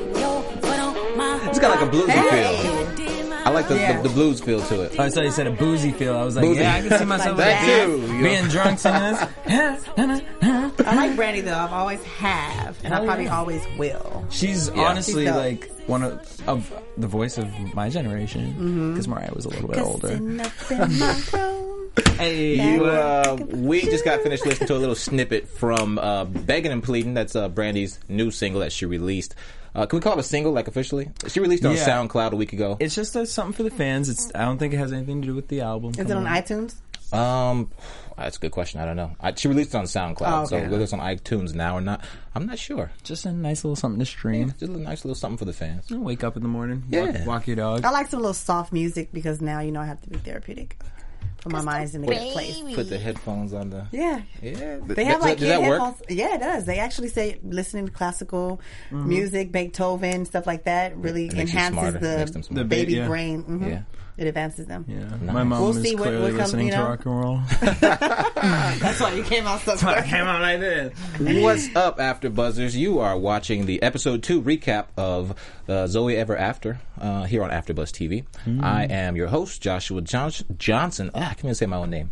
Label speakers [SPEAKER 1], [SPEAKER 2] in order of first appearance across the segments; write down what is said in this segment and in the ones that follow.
[SPEAKER 1] it, yo, foot on my
[SPEAKER 2] It's got like a bluesy feel.
[SPEAKER 1] feel.
[SPEAKER 2] I like the,
[SPEAKER 3] Yeah.
[SPEAKER 2] the, the blues feel to it.
[SPEAKER 3] Oh, so you said a boozy feel. I was like,
[SPEAKER 2] Boozy.
[SPEAKER 3] yeah, I can see myself
[SPEAKER 2] That
[SPEAKER 3] like being-
[SPEAKER 2] too, yo.
[SPEAKER 3] being drunk to this.
[SPEAKER 4] I like Brandy though. I've always have, and
[SPEAKER 2] Oh,
[SPEAKER 4] I probably always will.
[SPEAKER 3] She's honestly
[SPEAKER 4] She's dope.
[SPEAKER 3] like one of, of the voice of my generation
[SPEAKER 4] Mm-hmm.
[SPEAKER 3] because Mariah was a little bit older. Hey,
[SPEAKER 2] You, uh, we just got finished listening to a little snippet from uh, "Begging and Pleading." That's uh, Brandy's new single that she released. Uh, can we call it a single, like officially? She released it on
[SPEAKER 3] Yeah.
[SPEAKER 2] SoundCloud a week ago.
[SPEAKER 3] it's just uh, something for the fans. It's I don't think it has anything to do with the album.
[SPEAKER 4] Is it on iTunes?
[SPEAKER 2] Um, that's a good question. I don't know. I, she released it on SoundCloud,
[SPEAKER 4] Oh, okay.
[SPEAKER 2] so whether it's on iTunes now or not, I'm not sure.
[SPEAKER 3] Just a nice little something to stream.
[SPEAKER 2] Just a nice little something for the fans.
[SPEAKER 3] Wake up in the morning,
[SPEAKER 2] Yeah.
[SPEAKER 3] walk, walk your dog.
[SPEAKER 4] I like some little soft music because now you know I have to be therapeutic for my mind's in a good place.
[SPEAKER 2] Put the headphones on the.
[SPEAKER 4] Yeah.
[SPEAKER 2] Yeah,
[SPEAKER 4] They have like
[SPEAKER 2] does that
[SPEAKER 4] kid
[SPEAKER 2] work? Mm-hmm.
[SPEAKER 4] headphones. Yeah, it does. They actually say listening to classical music, Beethoven, stuff like that, really
[SPEAKER 2] makes you
[SPEAKER 4] enhances
[SPEAKER 2] smarter. Makes them
[SPEAKER 4] the,
[SPEAKER 2] smarter. The
[SPEAKER 3] ba-
[SPEAKER 4] baby
[SPEAKER 3] yeah.
[SPEAKER 4] brain. hmm
[SPEAKER 2] Yeah.
[SPEAKER 4] It advances them.
[SPEAKER 3] Yeah, my mom
[SPEAKER 4] We'll
[SPEAKER 3] was
[SPEAKER 4] see what-
[SPEAKER 3] clearly
[SPEAKER 4] what comes,
[SPEAKER 3] listening
[SPEAKER 4] you
[SPEAKER 3] to
[SPEAKER 4] know?
[SPEAKER 3] rock and roll.
[SPEAKER 4] That's why you came out so quick.
[SPEAKER 3] Came out like this.
[SPEAKER 2] What's up, After Buzzers? You are watching the episode two recap of uh, Zoe Ever After uh, here on AfterBuzz TV.
[SPEAKER 3] Mm-hmm.
[SPEAKER 2] I am your host, Joshua John- Johnson. Ah, I can't even say my own name.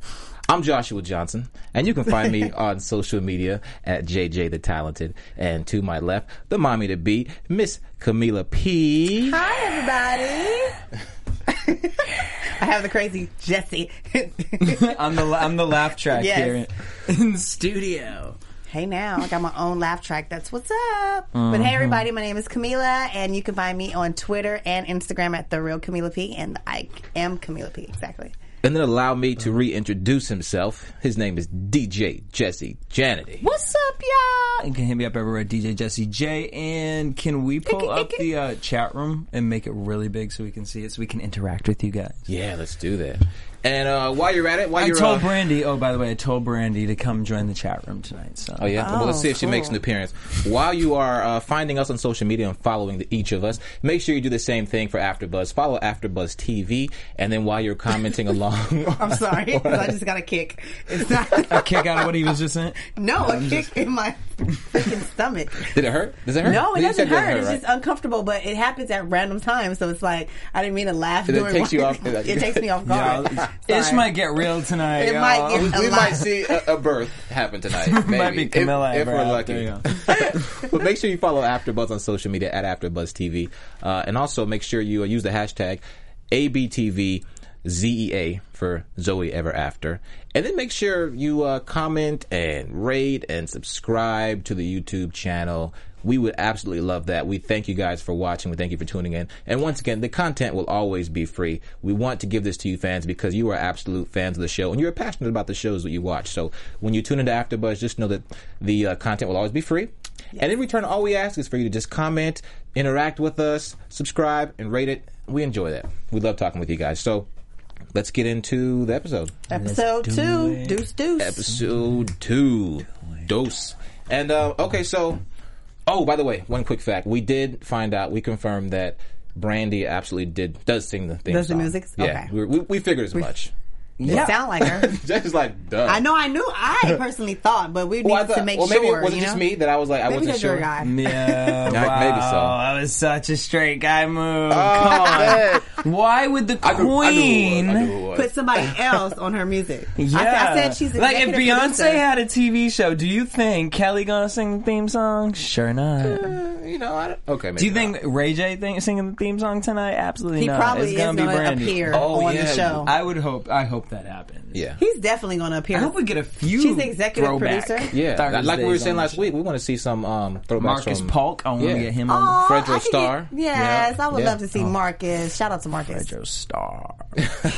[SPEAKER 2] I'm Joshua Johnson, and you can find me on social media at JJ the Talented. And to my left, the mommy to be, Miss Camila P.
[SPEAKER 4] Hi, everybody. I have the crazy Jesse.
[SPEAKER 3] I'm the la- I'm the laugh track
[SPEAKER 4] Yes.
[SPEAKER 3] here in the studio.
[SPEAKER 4] hey now, I got my own laugh track. That's what's up. But hey, everybody, my name is Camila, and you can find me on Twitter and Instagram at the real Camila P. And I am Camila P. Exactly.
[SPEAKER 2] And then allow me to reintroduce himself. His name is DJ Jesse Janity.
[SPEAKER 3] What's up, y'all? You can hit me up everywhere, DJ Jesse J. And can we pull up the uh, chat room and make it really big so we can see it, so we can interact with you guys?
[SPEAKER 2] Yeah, let's do that. And uh, while you're at it, while
[SPEAKER 3] I
[SPEAKER 2] you're
[SPEAKER 3] told
[SPEAKER 2] uh,
[SPEAKER 3] Brandy. Oh, by the way, I told Brandy to come join the chat room tonight. So,
[SPEAKER 2] Oh yeah. well, let's see if she makes an
[SPEAKER 4] cool.
[SPEAKER 2] appearance. While you are uh, finding us on social media and following the, each of us, make sure you do the same thing for AfterBuzz. Follow AfterBuzz TV, and then while you're commenting along,
[SPEAKER 4] I'm sorry. 'cause I just got a kick. It's not.
[SPEAKER 3] a kick out of what he was just saying.
[SPEAKER 4] No, a kick in my freaking stomach.
[SPEAKER 2] did it hurt? Does it hurt?
[SPEAKER 4] No, it
[SPEAKER 2] You
[SPEAKER 4] doesn't
[SPEAKER 2] said
[SPEAKER 4] hurt. It's
[SPEAKER 2] right?
[SPEAKER 4] just uncomfortable, but it happens at random times. So it's like I didn't mean to laugh.
[SPEAKER 2] It
[SPEAKER 4] during
[SPEAKER 2] takes you
[SPEAKER 4] one-
[SPEAKER 2] off-
[SPEAKER 4] it takes me off guard.
[SPEAKER 3] Yeah,
[SPEAKER 4] Sorry.
[SPEAKER 3] Ish might get real tonight.
[SPEAKER 4] It
[SPEAKER 3] y'all.
[SPEAKER 4] might get-
[SPEAKER 2] we
[SPEAKER 4] a
[SPEAKER 2] might
[SPEAKER 4] lot.
[SPEAKER 2] see a, a birth happen tonight. Maybe.
[SPEAKER 3] Might be Camilla
[SPEAKER 2] if, if
[SPEAKER 3] Ever
[SPEAKER 2] we're
[SPEAKER 3] After,
[SPEAKER 2] lucky. but make sure you follow AfterBuzz on social media at AfterBuzz TV, uh, and also make sure you uh, use the hashtag ABTVZEA E for Zoe Ever After, and then make sure you uh, comment and rate and subscribe to the YouTube channel. We would absolutely love that. We thank you guys for watching. We thank you for tuning in. And once again, the content will always be free. We want to give this to you fans because you are absolute fans of the show and you're passionate about the shows that you watch. So when you tune into AfterBuzz, just know that the uh, content will always be free. And in return, all we ask is for you to just comment, interact with us, subscribe, and rate it. We enjoy that. We love talking with you guys. So let's get into the episode.
[SPEAKER 4] Episode two, deuce deuce.
[SPEAKER 2] Episode two, dose. And uh, okay, so oh, by the way, one quick fact: we did find out, we confirmed that Brandy absolutely did does sing the theme
[SPEAKER 4] Does the
[SPEAKER 2] song.
[SPEAKER 4] music?
[SPEAKER 2] Yeah,
[SPEAKER 4] Okay.
[SPEAKER 2] we, we, we figured as much.
[SPEAKER 4] It sound like her.
[SPEAKER 2] Just like duh.
[SPEAKER 4] I know I knew I personally thought, but we need
[SPEAKER 2] Well, I
[SPEAKER 4] to
[SPEAKER 2] thought-
[SPEAKER 4] make
[SPEAKER 2] well, maybe
[SPEAKER 4] sure.
[SPEAKER 2] it wasn't
[SPEAKER 4] you know?
[SPEAKER 2] just me that I was like I
[SPEAKER 4] Maybe
[SPEAKER 2] wasn't
[SPEAKER 4] because
[SPEAKER 2] sure.
[SPEAKER 4] you're a guy.
[SPEAKER 3] Yeah,
[SPEAKER 2] Yeah, maybe so.
[SPEAKER 3] wow, That was such a straight guy move.
[SPEAKER 2] Oh,
[SPEAKER 3] Come on.
[SPEAKER 2] man.
[SPEAKER 3] Why would the
[SPEAKER 2] I knew, I knew,
[SPEAKER 3] queen?
[SPEAKER 2] I knew who it was.
[SPEAKER 4] Put somebody else on her music.
[SPEAKER 3] Yeah,
[SPEAKER 4] I, said- I said she's
[SPEAKER 3] like if
[SPEAKER 4] executive
[SPEAKER 3] Beyonce
[SPEAKER 4] producer.
[SPEAKER 3] had a TV show. Do you think Kelly gonna sing the theme song? Sure not.
[SPEAKER 2] Uh, you know, I don't, okay. Maybe
[SPEAKER 3] Do you
[SPEAKER 2] not.
[SPEAKER 3] think Ray J thing, singing the theme song tonight? Absolutely
[SPEAKER 4] he
[SPEAKER 3] not.
[SPEAKER 4] probably
[SPEAKER 3] it's
[SPEAKER 4] is
[SPEAKER 3] gonna
[SPEAKER 4] going
[SPEAKER 3] be
[SPEAKER 4] to
[SPEAKER 3] Brandy.
[SPEAKER 4] appear
[SPEAKER 2] Oh,
[SPEAKER 4] on
[SPEAKER 2] yeah.
[SPEAKER 4] the show.
[SPEAKER 3] I would hope. I hope that happens.
[SPEAKER 2] Yeah.
[SPEAKER 4] He's definitely going to appear.
[SPEAKER 3] I hope we get a few.
[SPEAKER 4] She's the executive
[SPEAKER 3] throwback
[SPEAKER 4] producer?
[SPEAKER 2] Yeah, like we were
[SPEAKER 3] Thursdays
[SPEAKER 2] saying
[SPEAKER 3] on
[SPEAKER 2] last
[SPEAKER 3] the
[SPEAKER 2] week, we want to see some um, throwbacks
[SPEAKER 3] show. Marcus
[SPEAKER 2] from
[SPEAKER 3] Polk. I want
[SPEAKER 2] Yeah.
[SPEAKER 3] to get him
[SPEAKER 4] Aw,
[SPEAKER 3] on.
[SPEAKER 2] Fredro
[SPEAKER 4] I could
[SPEAKER 2] Starr.
[SPEAKER 4] Get, yes,
[SPEAKER 2] Yeah.
[SPEAKER 4] I would
[SPEAKER 2] Yeah.
[SPEAKER 4] love to see
[SPEAKER 3] Oh.
[SPEAKER 4] Marcus. Shout out to Marcus.
[SPEAKER 3] Fredro Star.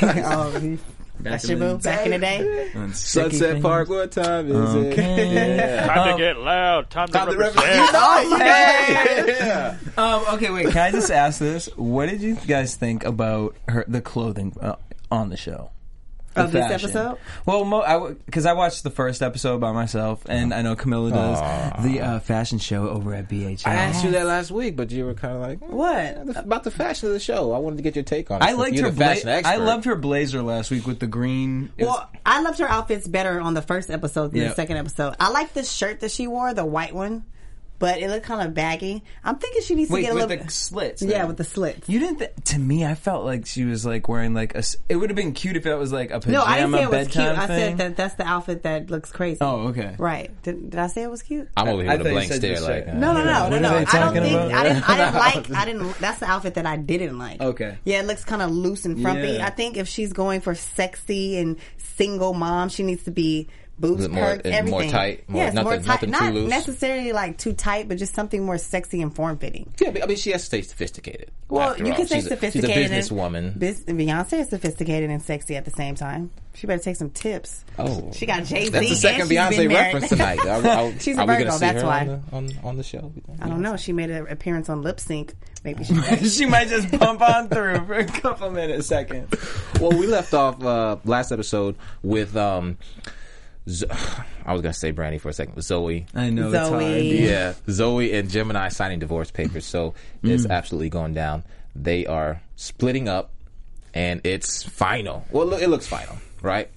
[SPEAKER 4] oh, that's your boo back in the day.
[SPEAKER 2] Sunset Park. What time is it? Yeah.
[SPEAKER 5] Time to get loud. Time to
[SPEAKER 2] Time to
[SPEAKER 5] represent.
[SPEAKER 2] represent. You
[SPEAKER 4] Oh,
[SPEAKER 2] know, yeah. yeah.
[SPEAKER 3] Um, okay, wait. Can I just ask this? What did you guys think about her the clothing uh, on the show? The
[SPEAKER 4] Of this
[SPEAKER 3] fashion.
[SPEAKER 4] episode?
[SPEAKER 3] Well, because I, watched the first episode by myself, and I know Camilla does the uh, fashion show over at BHS.
[SPEAKER 2] I asked you that last week, but you were kind of like, "Mm,
[SPEAKER 4] What?
[SPEAKER 2] the- about the fashion of the show. I wanted to get your take on it.
[SPEAKER 3] I
[SPEAKER 2] since
[SPEAKER 3] liked
[SPEAKER 2] you're
[SPEAKER 3] her.
[SPEAKER 2] the
[SPEAKER 3] bla-
[SPEAKER 2] fashion expert.
[SPEAKER 3] I loved her blazer last week with the green. it was-
[SPEAKER 4] Well, I loved her outfits better on the first episode than
[SPEAKER 3] Yeah.
[SPEAKER 4] the second episode. I like the shirt that she wore, the white one, but it looked kind of baggy. I'm thinking she needs to
[SPEAKER 3] wait,
[SPEAKER 4] get a
[SPEAKER 3] with
[SPEAKER 4] little.
[SPEAKER 3] the
[SPEAKER 4] bit-
[SPEAKER 3] slits.
[SPEAKER 4] yeah,
[SPEAKER 3] man.
[SPEAKER 4] with the slits.
[SPEAKER 3] You didn't. Th- to me, I felt like she was like wearing like a. s- It would have been cute if it was like a pajama
[SPEAKER 4] No, I didn't say it was cute.
[SPEAKER 3] bedtime
[SPEAKER 4] I
[SPEAKER 3] thing.
[SPEAKER 4] said that that's the outfit that looks crazy.
[SPEAKER 3] Oh, okay.
[SPEAKER 4] Right. Did, did I say it was cute?
[SPEAKER 2] I'm over here
[SPEAKER 3] I
[SPEAKER 2] with a
[SPEAKER 3] thought you
[SPEAKER 2] blank
[SPEAKER 3] said
[SPEAKER 2] stare.
[SPEAKER 3] just
[SPEAKER 2] Like,
[SPEAKER 3] say-
[SPEAKER 2] uh,
[SPEAKER 4] No,
[SPEAKER 3] Yeah.
[SPEAKER 4] no, no, no,
[SPEAKER 3] What are
[SPEAKER 4] no.
[SPEAKER 3] they
[SPEAKER 4] I don't
[SPEAKER 3] talking
[SPEAKER 4] think
[SPEAKER 3] about?
[SPEAKER 4] I didn't. I didn't like. I didn't. That's the outfit that I didn't like.
[SPEAKER 3] Okay.
[SPEAKER 4] Yeah, it looks kind of loose and frumpy.
[SPEAKER 3] Yeah.
[SPEAKER 4] I think if she's going for sexy and single mom, she needs to be boobs
[SPEAKER 2] Is it more-
[SPEAKER 4] perked,
[SPEAKER 2] is it
[SPEAKER 4] everything.
[SPEAKER 2] more tight? More-
[SPEAKER 4] yes,
[SPEAKER 2] nothing-
[SPEAKER 4] more tight.
[SPEAKER 2] nothing too
[SPEAKER 4] Not
[SPEAKER 2] loose?
[SPEAKER 4] necessarily like too tight, but just something more sexy and form fitting.
[SPEAKER 2] yeah, but, I mean, she has to stay sophisticated.
[SPEAKER 4] Well,
[SPEAKER 2] after
[SPEAKER 4] you
[SPEAKER 2] all.
[SPEAKER 4] can say
[SPEAKER 2] she's
[SPEAKER 4] sophisticated.
[SPEAKER 2] A, she's a businesswoman.
[SPEAKER 4] Biz- Beyonce is sophisticated and sexy at the same time. She better take some tips.
[SPEAKER 2] Oh.
[SPEAKER 4] she got Jay Z.
[SPEAKER 2] That's the second Beyonce reference tonight. Are, are,
[SPEAKER 4] She's a
[SPEAKER 2] are we going to
[SPEAKER 4] Virgo,
[SPEAKER 2] see
[SPEAKER 4] that's
[SPEAKER 2] her
[SPEAKER 4] why.
[SPEAKER 2] On, the, on, on the show?
[SPEAKER 4] I don't know. She made an appearance on Lip Sync. Maybe she.
[SPEAKER 3] she might just pump on through for a couple minutes, second.
[SPEAKER 2] well, we left off uh, last episode with. Um, Zo- I was going to say Brandy for a second. Zoe.
[SPEAKER 3] I know
[SPEAKER 4] it's hard. Zoe.
[SPEAKER 2] Yeah, Zoe and Gemini signing divorce papers. So
[SPEAKER 4] Mm.
[SPEAKER 2] it's absolutely going down. They are splitting up, and it's final. Well, look, it looks final, right?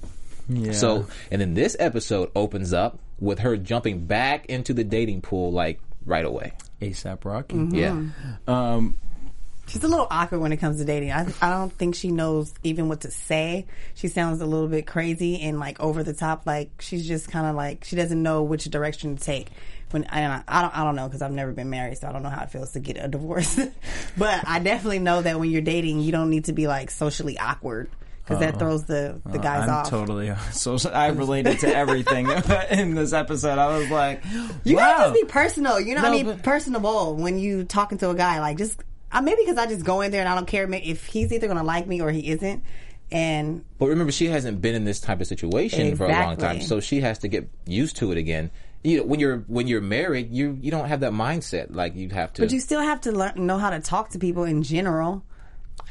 [SPEAKER 3] Yeah.
[SPEAKER 2] So, and then this episode opens up with her jumping back into the dating pool like right away.
[SPEAKER 3] ASAP Rocky.
[SPEAKER 4] Mm-hmm. Mm.
[SPEAKER 2] Yeah,
[SPEAKER 3] Um,
[SPEAKER 4] She's a little awkward when it comes to dating. I, I don't think she knows even what to say. She sounds a little bit crazy and like over the top. Like she's just kind of like she doesn't know which direction to take. When I, I don't I don't know because I've never been married, so I don't know how it feels to get a divorce. but I definitely know that when you're dating, you don't need to be like socially awkward because that throws the the guys
[SPEAKER 3] Uh-uh. Uh, I'm
[SPEAKER 4] off.
[SPEAKER 3] totally so. I related to everything in this episode. I was like,
[SPEAKER 4] You
[SPEAKER 3] wow.
[SPEAKER 4] gotta just be personal. You know what I
[SPEAKER 3] No,
[SPEAKER 4] mean?
[SPEAKER 3] but-
[SPEAKER 4] Personable when you talking to a guy. Like just I maybe because I just go in there and I don't care ma- if he's either gonna like me or he isn't. And
[SPEAKER 2] but remember, she hasn't been in this type of situation for a long time,
[SPEAKER 4] Exactly.
[SPEAKER 2] so she has to get used to it again. You know, when you're when you're married, you you don't have that mindset. Like you have to.
[SPEAKER 4] But you still have to learn know how to talk to people in general.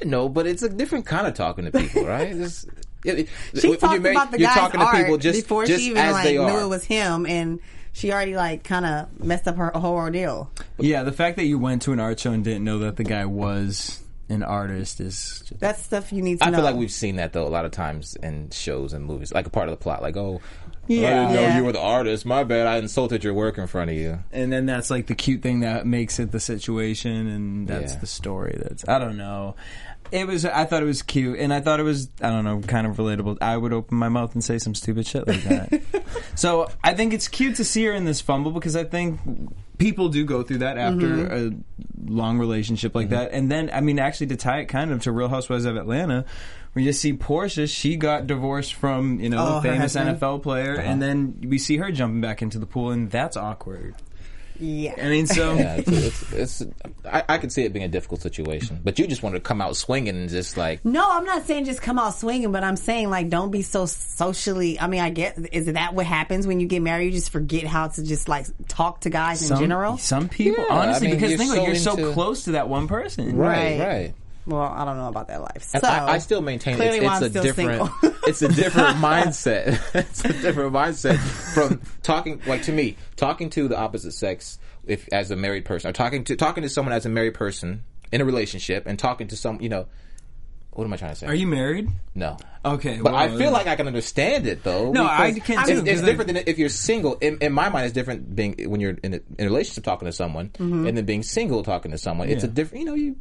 [SPEAKER 2] No, but it's a different kind of talking to people, right? It's, it, it-
[SPEAKER 4] She
[SPEAKER 2] when
[SPEAKER 4] talked
[SPEAKER 2] you're married,
[SPEAKER 4] about the
[SPEAKER 2] you're
[SPEAKER 4] guy's
[SPEAKER 2] talking
[SPEAKER 4] art
[SPEAKER 2] to people just
[SPEAKER 4] before
[SPEAKER 2] just
[SPEAKER 4] she even
[SPEAKER 2] as
[SPEAKER 4] like
[SPEAKER 2] they are.
[SPEAKER 4] knew it was him, and she already like kind of messed up her whole ordeal.
[SPEAKER 3] yeah, the fact that you went to an art show and didn't know that the guy was an artist is. Just,
[SPEAKER 4] That's stuff you need to
[SPEAKER 2] I
[SPEAKER 4] know.
[SPEAKER 2] feel like we've seen that though a lot of times in shows and movies, like a part of the plot. Like, oh, I
[SPEAKER 3] Yeah.
[SPEAKER 2] didn't know
[SPEAKER 4] Yeah.
[SPEAKER 2] you were the artist. My bad, I insulted your work in front of you.
[SPEAKER 3] and then that's like the cute thing that makes it the situation and that's
[SPEAKER 2] Yeah.
[SPEAKER 3] the story that's i don't know it was i thought it was cute and i thought it was i don't know kind of relatable i would open my mouth and say some stupid shit like that so i think it's cute to see her in this fumble because i think people do go through that after
[SPEAKER 4] Mm-hmm.
[SPEAKER 3] a long relationship like that and then i mean actually to tie it kind of to real housewives of atlanta we just see Portia. She got divorced from you know
[SPEAKER 4] Oh, her
[SPEAKER 3] the famous
[SPEAKER 4] husband.
[SPEAKER 3] NFL player, and then we see her jumping back into the pool, and that's awkward. I
[SPEAKER 4] yeah,
[SPEAKER 3] mean, so
[SPEAKER 2] Yeah, it's, it's, it's, I, I could see it being a difficult situation, but you just wanted to come out swinging and just like
[SPEAKER 4] no, I'm not saying just come out swinging, but I'm saying like don't be so socially. I mean, I get is that what happens when you get married? You just forget how to just like talk to guys in
[SPEAKER 3] some,
[SPEAKER 4] general.
[SPEAKER 3] some people,
[SPEAKER 2] Yeah,
[SPEAKER 3] honestly,
[SPEAKER 2] I mean,
[SPEAKER 3] because
[SPEAKER 2] you're
[SPEAKER 3] think like
[SPEAKER 2] so
[SPEAKER 3] you're so
[SPEAKER 2] into-
[SPEAKER 3] close to that one person,
[SPEAKER 4] Right.
[SPEAKER 2] right.
[SPEAKER 4] well, I don't know about that life. So
[SPEAKER 2] And I, I still maintain it's,
[SPEAKER 4] clearly why
[SPEAKER 2] it's
[SPEAKER 4] I'm
[SPEAKER 2] a
[SPEAKER 4] still
[SPEAKER 2] different
[SPEAKER 4] single.
[SPEAKER 2] it's a different mindset. it's a different mindset from talking like to me, talking to the opposite sex if as a married person or talking to talking to someone as a married person in a relationship and talking to some you know what am I trying to say?
[SPEAKER 3] Are you married?
[SPEAKER 2] no.
[SPEAKER 3] Okay,
[SPEAKER 2] But I
[SPEAKER 3] well,
[SPEAKER 2] feel like I can understand it though.
[SPEAKER 3] No, I
[SPEAKER 2] because
[SPEAKER 3] can,
[SPEAKER 2] it's-
[SPEAKER 3] too,
[SPEAKER 2] It's,
[SPEAKER 3] 'cause I-
[SPEAKER 2] different than if you're single. In, in my mind, it's different being
[SPEAKER 4] Mm-hmm.
[SPEAKER 2] when you're in a, in a relationship talking to someone, and then being single talking to someone. It's a
[SPEAKER 3] Yeah.
[SPEAKER 2] different. You know, you